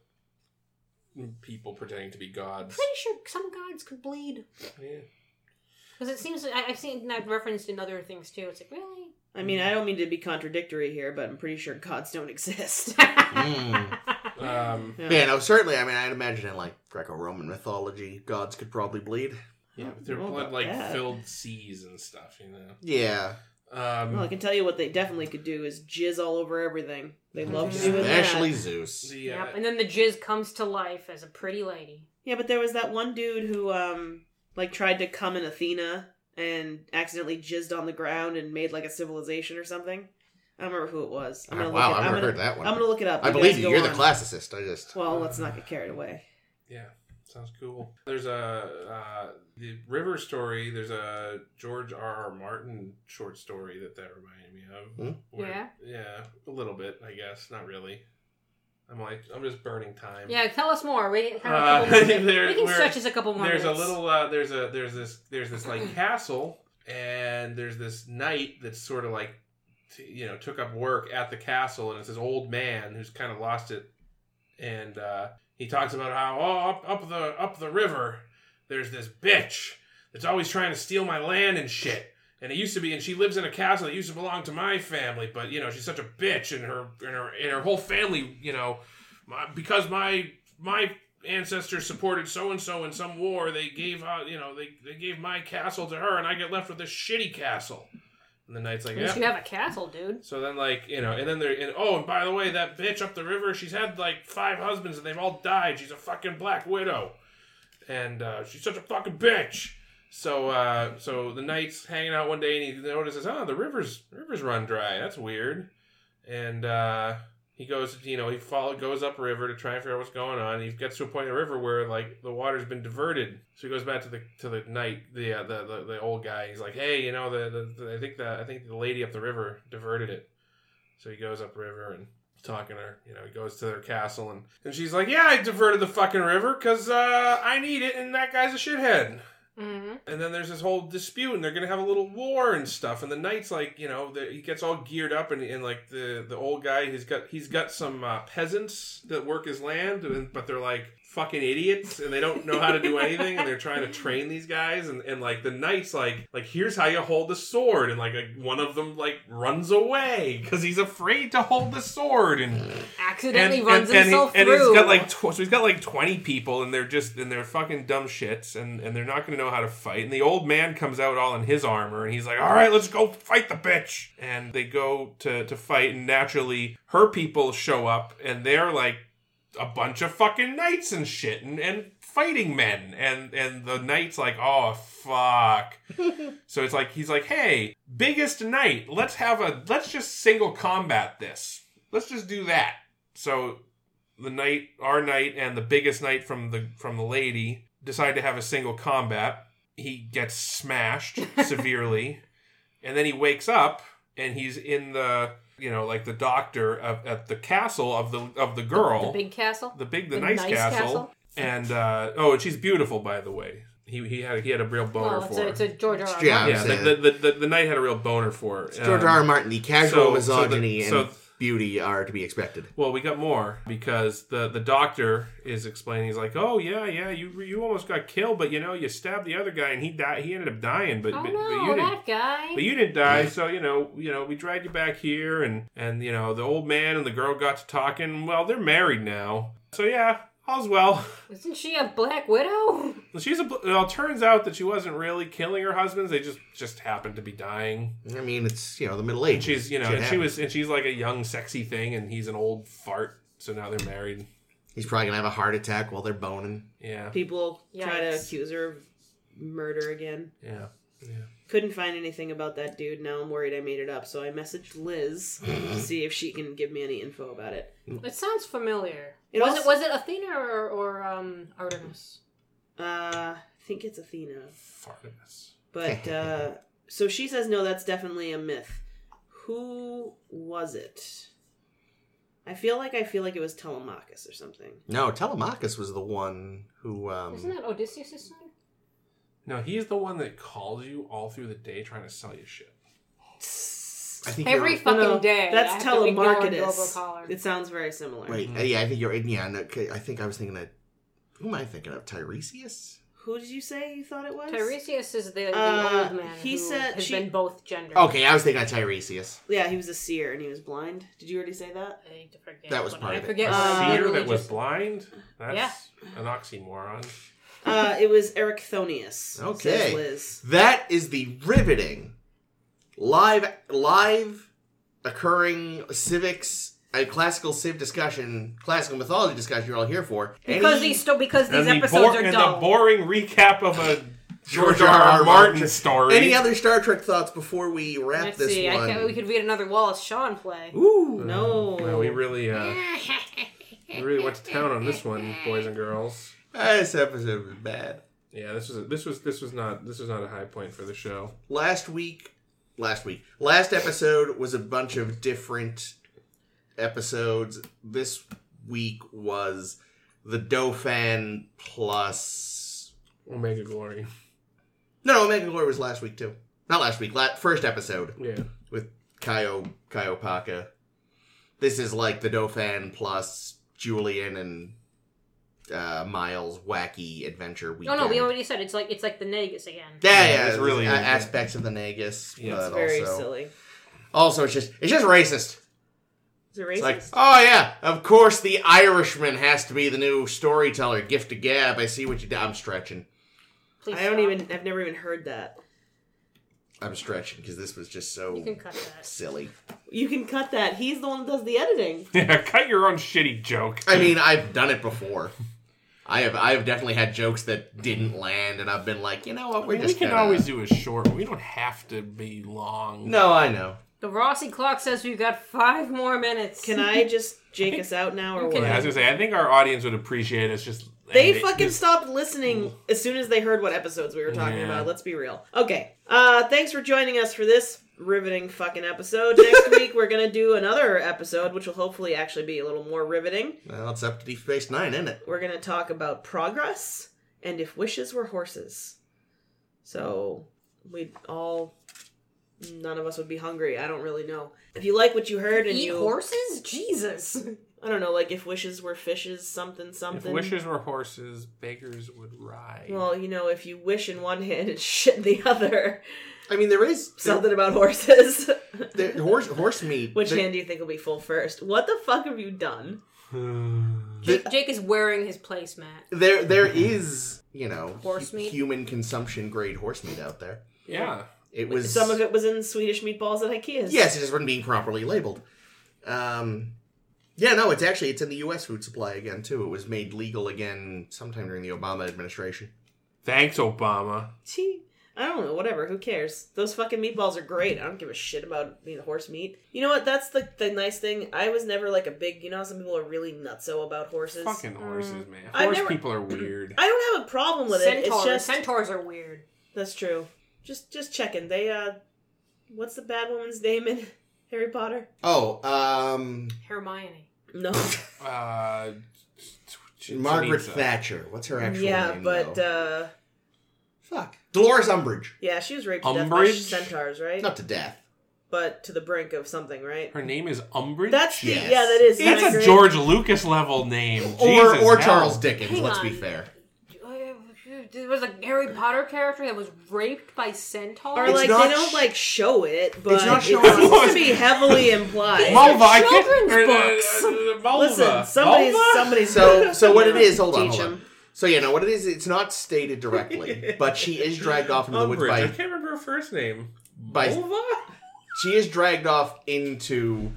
Speaker 3: people pretending to be gods.
Speaker 1: Pretty sure some gods could bleed.
Speaker 3: Yeah.
Speaker 1: Because it seems, I, I've seen that referenced in other things too. It's like, really?
Speaker 2: I mean, I don't mean to be contradictory here, but I'm pretty sure gods don't exist.
Speaker 4: Mm.
Speaker 3: Um,
Speaker 2: Yeah.
Speaker 4: Yeah, no, certainly. I mean, I'd imagine in like Greco-Roman mythology, gods could probably bleed.
Speaker 3: yeah, but their
Speaker 2: know
Speaker 3: blood
Speaker 2: about
Speaker 3: like
Speaker 2: that.
Speaker 3: filled seas and stuff. You know.
Speaker 4: Yeah,
Speaker 3: Um,
Speaker 2: Well, I can tell you what they definitely could do is jizz all over everything. They
Speaker 4: Mm-hmm.
Speaker 2: love to do with that.
Speaker 4: especially Zeus.
Speaker 3: the, uh,
Speaker 1: Yep. And then the jizz comes to life as a pretty lady.
Speaker 2: Yeah, but there was that one dude who um like tried to come in Athena and accidentally jizzed on the ground and made like a civilization or something. I don't remember who it was. I'm gonna
Speaker 4: Oh,
Speaker 2: look
Speaker 4: wow,
Speaker 2: it-
Speaker 4: I've
Speaker 2: I'm
Speaker 4: never
Speaker 2: gonna-
Speaker 4: heard that one.
Speaker 2: I'm gonna look it up.
Speaker 4: I believe
Speaker 2: guys
Speaker 4: you.
Speaker 2: go
Speaker 4: You're the
Speaker 2: on.
Speaker 4: classicist. I just
Speaker 2: Well, let's not get carried away.
Speaker 3: Yeah, sounds cool. There's a uh, the river story. There's a George R. R. Martin short story that that reminded me of.
Speaker 4: Hmm?
Speaker 1: Yeah?
Speaker 3: yeah, a little bit, I guess. Not really. I'm like, I'm just burning time.
Speaker 1: Yeah, tell us more. We, have a
Speaker 3: Uh,
Speaker 1: couple more minutes.
Speaker 3: there-
Speaker 1: we can
Speaker 3: we're-
Speaker 1: stretch this a couple more.
Speaker 3: There's a
Speaker 1: minutes.
Speaker 3: little. Uh, there's a. There's this. There's this like castle, and there's this knight that's sort of like, t- you know, took up work at the castle, and it's this old man who's kind of lost it, and uh, he talks about how oh up up the up the river, there's this bitch that's always trying to steal my land and shit. And it used to be, and she lives in a castle that used to belong to my family, but you know she's such a bitch, and her and her and her whole family, you know, my, because my my ancestors supported so and so in some war, they gave out, you know, they they gave my castle to her, and I get left with this shitty castle. And the knight's like,
Speaker 1: At least
Speaker 3: yeah.
Speaker 1: you have a castle, dude.
Speaker 3: So then, like, you know, and then they're, and, oh, and by the way, that bitch up the river, she's had like five husbands and they've all died. She's a fucking black widow. and uh, she's such a fucking bitch. So uh, so the knight's hanging out one day, and he notices, oh, the river's river's run dry. That's weird. And uh, he goes, you know, he follow goes up river to try and figure out what's going on. He gets to a point in the river where like the water's been diverted. So he goes back to the to the knight, the uh, the, the the old guy. He's like, hey, you know, the, the, the I think the I think the lady up the river diverted it. So he goes up river and talking to her. You know, he goes to their castle and, and she's like, Yeah, I diverted the fucking river because uh, I need it and that guy's a shithead.
Speaker 1: Mm-hmm.
Speaker 3: And then there's this whole dispute and they're going to have a little war and stuff. And the knight's like, you know, the, he gets all geared up and, and like the, the old guy, he's got he's got some uh, peasants that work his land, and, but they're like fucking idiots and they don't know how to do anything and they're trying to train these guys and, and like the knight's like like here's how you hold the sword and like, like one of them like runs away because he's afraid to hold the sword and
Speaker 1: Accidentally runs
Speaker 3: and,
Speaker 1: himself
Speaker 3: he, and
Speaker 1: through.
Speaker 3: he's got like tw- so he's got like 20 people and they're just and they're fucking dumb shits and and they're not going to know how to fight and the old man comes out all in his armor and he's like all right let's go fight the bitch and they go to to fight and naturally her people show up and they're like a bunch of fucking knights and shit and, and fighting men and and the knight's like oh fuck so it's like he's like hey biggest knight let's have a let's just single combat this let's just do that so the knight our knight and the biggest knight from the from the lady decide to have a single combat he gets smashed severely and then he wakes up and he's in the you know like the doctor of, at the castle of the of the girl
Speaker 1: the big castle.
Speaker 3: the big, the,
Speaker 1: The
Speaker 3: nice,
Speaker 1: nice
Speaker 3: castle.
Speaker 1: castle.
Speaker 3: and uh, oh, and she's beautiful, by the way. He he had he had a real boner
Speaker 1: well, it's
Speaker 3: for
Speaker 1: a,
Speaker 3: her.
Speaker 1: it's a George R. Oh, R.
Speaker 4: Yeah.
Speaker 1: Martin.
Speaker 3: yeah,
Speaker 4: I'd say
Speaker 3: the, the, the, the the knight had a real boner for her.
Speaker 4: George
Speaker 3: Um,
Speaker 4: R. R. Martin, the casual
Speaker 3: so- so the-
Speaker 4: misogyny and
Speaker 3: so-
Speaker 4: beauty are to be expected.
Speaker 3: Well, we got more because the the doctor is explaining. He's like, "Oh yeah, yeah, you you almost got killed, but you know you stabbed the other guy and he died. He ended up dying, but
Speaker 1: Oh
Speaker 3: but, but you
Speaker 1: no,
Speaker 3: didn't.
Speaker 1: that guy.
Speaker 3: But you didn't die, so you know, you know, we dragged you back here, and and you know, the old man and the girl got to talking. Well, they're married now, so yeah, all's well.
Speaker 1: Isn't she a black widow?
Speaker 3: She's a. bl- Well, it turns out that she wasn't really killing her husbands. They just just happened to be dying.
Speaker 4: I mean, it's you know the Middle Ages.
Speaker 3: And she's you know,
Speaker 4: Shit
Speaker 3: and she
Speaker 4: happens.
Speaker 3: was, and she's like a young, sexy thing, and he's an old fart. So now they're married.
Speaker 4: He's probably gonna have a heart attack while they're boning.
Speaker 3: Yeah,
Speaker 2: People try to
Speaker 1: Yikes.
Speaker 2: accuse her of murder again.
Speaker 3: yeah.
Speaker 2: Couldn't find anything about that dude. Now I'm worried I made it up, so I messaged Liz to see if she can give me any info about it.
Speaker 1: It sounds familiar.
Speaker 2: It
Speaker 1: was
Speaker 2: also-
Speaker 1: it was it Athena or, or um Artemis?
Speaker 2: Uh, I think it's Athena,
Speaker 3: Fartimus.
Speaker 2: but uh, so she says no. That's definitely a myth. Who was it? I feel like I feel like it was Telemachus or something.
Speaker 4: No, Telemachus was the one who.
Speaker 1: Isn't
Speaker 4: Um,
Speaker 1: that Odysseus' son?
Speaker 3: No, he's the one that calls you all through the day trying to sell you shit.
Speaker 4: I think
Speaker 1: Every
Speaker 4: you're-
Speaker 1: fucking
Speaker 2: Oh, No, no,
Speaker 1: day. I
Speaker 2: That's
Speaker 1: have to ignore and
Speaker 2: Telemarketus.
Speaker 1: overcall her.
Speaker 2: It sounds very similar.
Speaker 4: Wait, uh, yeah, I think you're. Yeah, no, okay, I think I was thinking that. Who am I thinking of? Tiresias?
Speaker 2: Who did you say you thought it was?
Speaker 1: Tiresias is the, the
Speaker 2: Uh,
Speaker 1: old man
Speaker 2: he
Speaker 1: who
Speaker 2: said
Speaker 1: has
Speaker 2: she-
Speaker 1: been both genders.
Speaker 4: Okay, I was thinking of Tiresias.
Speaker 2: Yeah, he was a seer and he was blind. Did you already say that?
Speaker 1: I need to forget
Speaker 4: That was
Speaker 1: what-
Speaker 4: part
Speaker 1: I
Speaker 4: of it.
Speaker 1: forget
Speaker 3: A
Speaker 1: what I
Speaker 3: seer
Speaker 1: uh, literally
Speaker 3: that was
Speaker 1: just-
Speaker 3: blind. That's an oxymoron.
Speaker 2: Uh, it was Ericthonius.
Speaker 4: Okay.
Speaker 2: Says Liz.
Speaker 4: That is the riveting, live, live, occurring civics, a classical civ discussion, classical mythology discussion. You're all here for
Speaker 1: because
Speaker 4: Any-
Speaker 1: these sto- because these
Speaker 3: And the,
Speaker 1: episodes
Speaker 3: bor-
Speaker 1: are
Speaker 3: and
Speaker 1: dull.
Speaker 3: the boring recap of a George
Speaker 4: George
Speaker 3: R.
Speaker 4: R.
Speaker 3: R.
Speaker 4: R.
Speaker 3: Martin
Speaker 4: Martin.
Speaker 3: story.
Speaker 4: Any other Star Trek thoughts before we wrap
Speaker 1: Let's
Speaker 4: this
Speaker 1: see. I
Speaker 4: one?
Speaker 1: can, we could read another Wallace Shawn play.
Speaker 4: Ooh,
Speaker 2: No.
Speaker 3: No, we really, uh, we really went to town on this one, boys and girls.
Speaker 4: Ah, this episode was bad.
Speaker 3: Yeah, this was this was this was not this was not a high point for the show.
Speaker 4: Last week, last week, last episode was a bunch of different episodes. This week was the Dauphin plus
Speaker 3: Omega Glory.
Speaker 4: No, no, Omega Glory was last week too. Not last week, la- first episode
Speaker 3: Yeah,
Speaker 4: with Kaio Kaio Paka. This is like the Dauphin plus Julian and uh, Miles wacky adventure
Speaker 1: No,
Speaker 4: weekend.
Speaker 1: no, we already said it's like it's like the Negus again.
Speaker 4: yeah, yeah,
Speaker 3: Yeah, it's
Speaker 4: it's
Speaker 3: really
Speaker 4: really
Speaker 3: interesting.
Speaker 4: aspects of the Negus,
Speaker 3: Yeah.
Speaker 4: but
Speaker 2: It's very
Speaker 4: also
Speaker 2: silly.
Speaker 4: also it's just it's just racist.
Speaker 2: Is it
Speaker 4: It's like,
Speaker 2: racist?
Speaker 4: oh yeah, of course the Irishman has to be the new storyteller. Gift to gab. I see what you did. I'm stretching.
Speaker 1: Please
Speaker 2: I don't
Speaker 1: stop.
Speaker 2: even. I've never even heard that.
Speaker 4: I'm stretching because this was just so
Speaker 1: You can cut that.
Speaker 4: silly.
Speaker 2: You can cut that. He's the one that does the editing.
Speaker 3: yeah. Cut your own shitty joke.
Speaker 4: I mean, I've done it before. I have I have definitely had jokes that didn't land, and I've been like, you know what, we're
Speaker 5: we
Speaker 4: just
Speaker 5: can
Speaker 4: gonna-
Speaker 5: always do a short. We don't have to be long.
Speaker 4: No, I know.
Speaker 1: The Rossi clock says we've got five more minutes.
Speaker 2: Can I just jake us out now or
Speaker 1: You can.
Speaker 2: what?
Speaker 5: Yeah, I was gonna say. I think our audience would appreciate us just.
Speaker 2: They
Speaker 5: and
Speaker 2: fucking
Speaker 5: just-
Speaker 2: stopped listening as soon as they heard what episodes we were talking
Speaker 5: Yeah.
Speaker 2: about. Let's be real. Okay. Uh, thanks for joining us for this riveting fucking episode. Next week we're gonna do another episode, which will hopefully actually be a little more riveting.
Speaker 4: Well, it's up to Deep Space Nine, isn't it?
Speaker 2: We're gonna talk about progress and if wishes were horses. So we'd all none of us would be hungry. I don't really know. If you like what you heard and
Speaker 1: Eat
Speaker 2: you
Speaker 1: horses? Jesus.
Speaker 2: I don't know, like if wishes were fishes, something
Speaker 5: If
Speaker 2: something.
Speaker 5: wishes were horses, beggars would ride.
Speaker 2: well, you know, if you wish in one hand and shit in the other,
Speaker 4: I mean, there is
Speaker 2: something about horses.
Speaker 4: there, there- horse horse meat.
Speaker 2: Which
Speaker 4: there-
Speaker 2: hand do you think will be full first? What the fuck have you done?
Speaker 1: Jake, Jake is wearing his placemat.
Speaker 4: There, there is you know
Speaker 1: Horse
Speaker 4: hu-
Speaker 1: meat?
Speaker 4: human consumption grade horse meat out there.
Speaker 5: yeah.
Speaker 4: It was
Speaker 2: Some of it was in Swedish meatballs at IKEA's.
Speaker 4: Yes, it just wasn't being properly labeled. Um, yeah, no, it's actually it's in the U.S. food supply again too. It was made legal again sometime during the Obama administration.
Speaker 5: Thanks, Obama.
Speaker 2: Gee, I don't know, whatever, who cares? Those fucking meatballs are great. I don't give a shit about you know, horse meat. You know what? That's the, the nice thing. I was never like a big, you know, how some people are really nutso about horses. Mm.
Speaker 5: Fucking horses, man.
Speaker 2: I've
Speaker 5: Horse
Speaker 2: never-
Speaker 5: people are weird.
Speaker 2: I don't have a problem with it.
Speaker 1: Centaurs.
Speaker 2: It's just
Speaker 1: Centaurs are weird.
Speaker 2: that's true. Just just checking. They uh what's the bad woman's name in Harry Potter?
Speaker 4: Oh, um,
Speaker 1: Hermione.
Speaker 2: No.
Speaker 5: Uh,
Speaker 4: Margaret
Speaker 5: Teresa.
Speaker 4: Thatcher. What's her actual
Speaker 2: yeah,
Speaker 4: name?
Speaker 2: but uh
Speaker 4: though? fuck, Dolores Umbridge.
Speaker 2: yeah, she was raped to death by
Speaker 5: Umbridge?
Speaker 2: centaurs, right?
Speaker 4: Not to death.
Speaker 2: But to the brink of something, right?
Speaker 5: Her name is Umbridge.
Speaker 2: That's the
Speaker 4: Yes.
Speaker 2: yeah, that is.
Speaker 5: That's
Speaker 2: Isn't
Speaker 5: a
Speaker 2: that great?
Speaker 5: George Lucas level name.
Speaker 4: Or
Speaker 5: Jesus, hell.
Speaker 4: or Charles Dickens.
Speaker 1: Hang
Speaker 4: let's be
Speaker 1: on.
Speaker 4: fair.
Speaker 1: There was a Harry Potter character that was raped by centaurs.
Speaker 2: Or
Speaker 4: It's
Speaker 2: like
Speaker 4: not
Speaker 2: they don't
Speaker 4: sh-
Speaker 2: like show it, but
Speaker 4: not
Speaker 2: it
Speaker 4: shown
Speaker 2: seems
Speaker 5: on-
Speaker 2: to be heavily implied.
Speaker 5: Mulva, I can't-
Speaker 1: Children's
Speaker 5: or, uh,
Speaker 1: books.
Speaker 5: uh, Mulva.
Speaker 2: Listen, somebody's
Speaker 5: Mulva?
Speaker 2: somebody's
Speaker 4: So so what it
Speaker 2: Yeah,
Speaker 4: is? Hold on,
Speaker 2: teach
Speaker 4: hold on.
Speaker 2: him.
Speaker 4: So yeah, no, what it is? It's not stated directly, but she is dragged off into the woods
Speaker 3: Umbridge.
Speaker 4: by
Speaker 3: I can't remember her first name.
Speaker 4: by
Speaker 2: Oh
Speaker 3: Mulva?
Speaker 4: she is dragged off into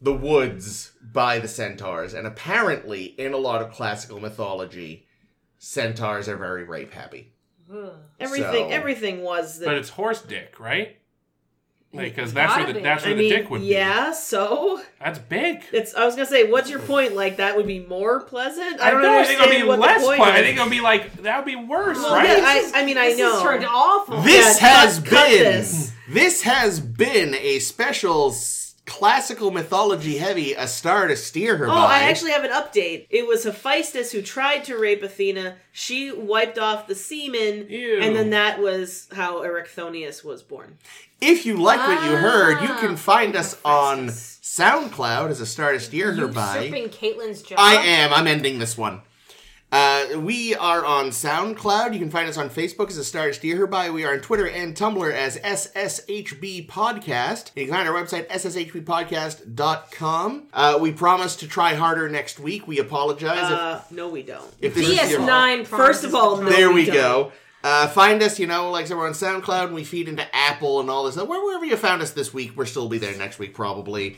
Speaker 4: the woods by the centaurs, and apparently, in a lot of classical mythology, centaurs are very rape happy.
Speaker 1: Ugh.
Speaker 2: Everything
Speaker 4: So-
Speaker 2: everything was that
Speaker 5: But it's horse dick, right? Because that's
Speaker 1: Gotta
Speaker 5: where the
Speaker 1: be.
Speaker 5: that's
Speaker 2: I
Speaker 5: where
Speaker 2: mean,
Speaker 5: the dick would be.
Speaker 2: yeah, so
Speaker 5: That's big.
Speaker 2: it's. I was gonna say, what's your point? Like that would be more pleasant. I don't
Speaker 5: know. I think
Speaker 2: understand
Speaker 5: it'll be
Speaker 2: what
Speaker 5: less
Speaker 2: the point.
Speaker 5: fun. I
Speaker 2: is.
Speaker 5: think it'll be like that would be worse,
Speaker 2: Well,
Speaker 5: right?
Speaker 2: yeah, I, I mean, I
Speaker 1: This has turned
Speaker 2: know.
Speaker 1: awful.
Speaker 4: This
Speaker 2: Yeah,
Speaker 4: has
Speaker 2: cut-
Speaker 4: been
Speaker 2: cut this.
Speaker 4: this. has been a special s- classical mythology heavy a star to steer her
Speaker 2: Oh,
Speaker 4: by.
Speaker 2: I actually have an update. It was Hephaestus who tried to rape Athena. She wiped off the semen,
Speaker 5: Ew.
Speaker 2: and then that was how Erechthonius was born.
Speaker 4: If you like what you heard, you can
Speaker 1: Ah,
Speaker 4: find us on
Speaker 1: references.
Speaker 4: SoundCloud as a star to steer her by.
Speaker 1: Usurping Caitlyn's job.
Speaker 4: I am. I'm ending this one. Uh, we are on SoundCloud. You can find us on Facebook as a Star Steer Hereby. We are on Twitter and Tumblr as SSHB Podcast. And you can find our website, sshbpodcast.com. Uh, we promise to try harder next week. We apologize if-
Speaker 2: Uh, no, we don't.
Speaker 4: if, this is your fault.
Speaker 1: DS9.
Speaker 2: First of all, no.
Speaker 4: There
Speaker 2: we
Speaker 4: we
Speaker 2: don't.
Speaker 4: go. Uh, find us, you know, like so we're on SoundCloud and we feed into Apple and all this. Where- Wherever you found us this week, we'll still be there next week, probably.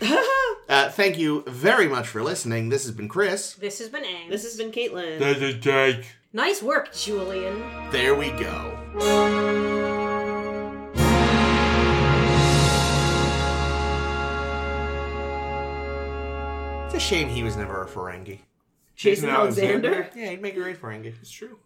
Speaker 4: uh, thank you very much for listening. This has been Chris.
Speaker 1: This has been Ang.
Speaker 2: This has been Caitlin.
Speaker 5: That's a dick.
Speaker 1: nice work, Julian.
Speaker 4: There we go. It's a shame he was never a Ferengi.
Speaker 2: Jason
Speaker 5: Jason Alexander.
Speaker 2: Alexander.
Speaker 4: Yeah, he'd make a great Ferengi.
Speaker 5: It's true.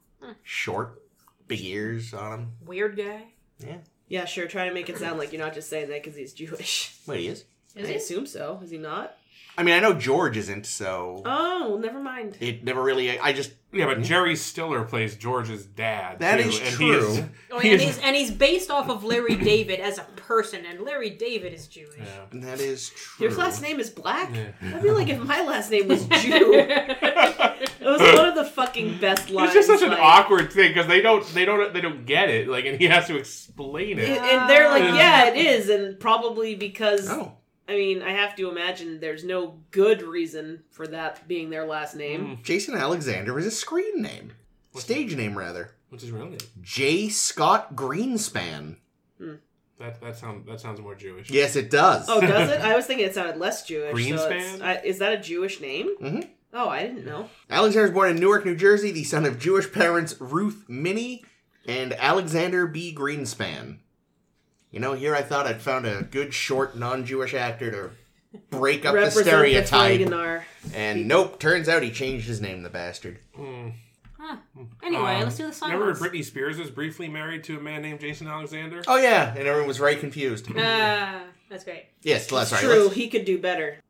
Speaker 4: Short, big ears on him.
Speaker 1: Weird guy.
Speaker 4: Yeah.
Speaker 2: Yeah, sure. Try to make it sound like you're not just saying that because he's Jewish.
Speaker 4: Wait, he is?
Speaker 1: Is
Speaker 2: I
Speaker 1: he?
Speaker 2: assume so. Is he not?
Speaker 4: I mean, I know George isn't, so
Speaker 2: Oh, well, never mind.
Speaker 4: it never really. I just.
Speaker 5: Yeah, but Jerry Stiller plays George's dad.
Speaker 4: That
Speaker 5: That
Speaker 4: is
Speaker 5: is
Speaker 4: true.
Speaker 1: Oh, and, he's, and he's based off of Larry David as a person, and Larry David is Jewish.
Speaker 4: That is true.
Speaker 2: Your last name is Black?
Speaker 5: Yeah.
Speaker 2: I feel like if my last name was Jew, it was one of the fucking best
Speaker 5: It's
Speaker 2: lines.
Speaker 5: just such an
Speaker 2: like-
Speaker 5: awkward thing because they don't they don't they don't get it like and he has to explain it.
Speaker 2: And they're like,
Speaker 5: Yeah.
Speaker 2: yeah, it is, and probably because
Speaker 4: Oh.
Speaker 2: I mean, I have to imagine there's no good reason for that being their last
Speaker 5: Mm.
Speaker 2: name.
Speaker 4: Jason Alexander is a screen name. Stage name, rather.
Speaker 5: What's his real name?
Speaker 4: J. Scott Greenspan.
Speaker 5: That that sounds that sounds more Jewish.
Speaker 4: Yes, it does.
Speaker 2: Oh, does it? I was thinking it sounded less Jewish. So it's-
Speaker 5: Greenspan? Mm-hmm.
Speaker 2: I, is that a Jewish name?
Speaker 4: Mhm.
Speaker 2: Oh, I didn't know.
Speaker 4: Alexander was born in Newark, New Jersey, the son of Jewish parents Ruth Minnie and Alexander B. Greenspan. You know, here I thought I'd found a good short non-Jewish actor to break up the
Speaker 2: Represent
Speaker 4: stereotype,
Speaker 2: Fragonar.
Speaker 4: and nope, turns out he changed his name, the bastard.
Speaker 1: Huh. Anyway,
Speaker 5: Um,
Speaker 1: let's do the silence.
Speaker 5: Remember, when Britney Spears was briefly married to a man named Jason Alexander.
Speaker 4: Oh yeah, and everyone was very confused.
Speaker 1: Ah, that's great.
Speaker 4: yes, that's right.
Speaker 2: True,
Speaker 4: Let's-
Speaker 2: he could do better.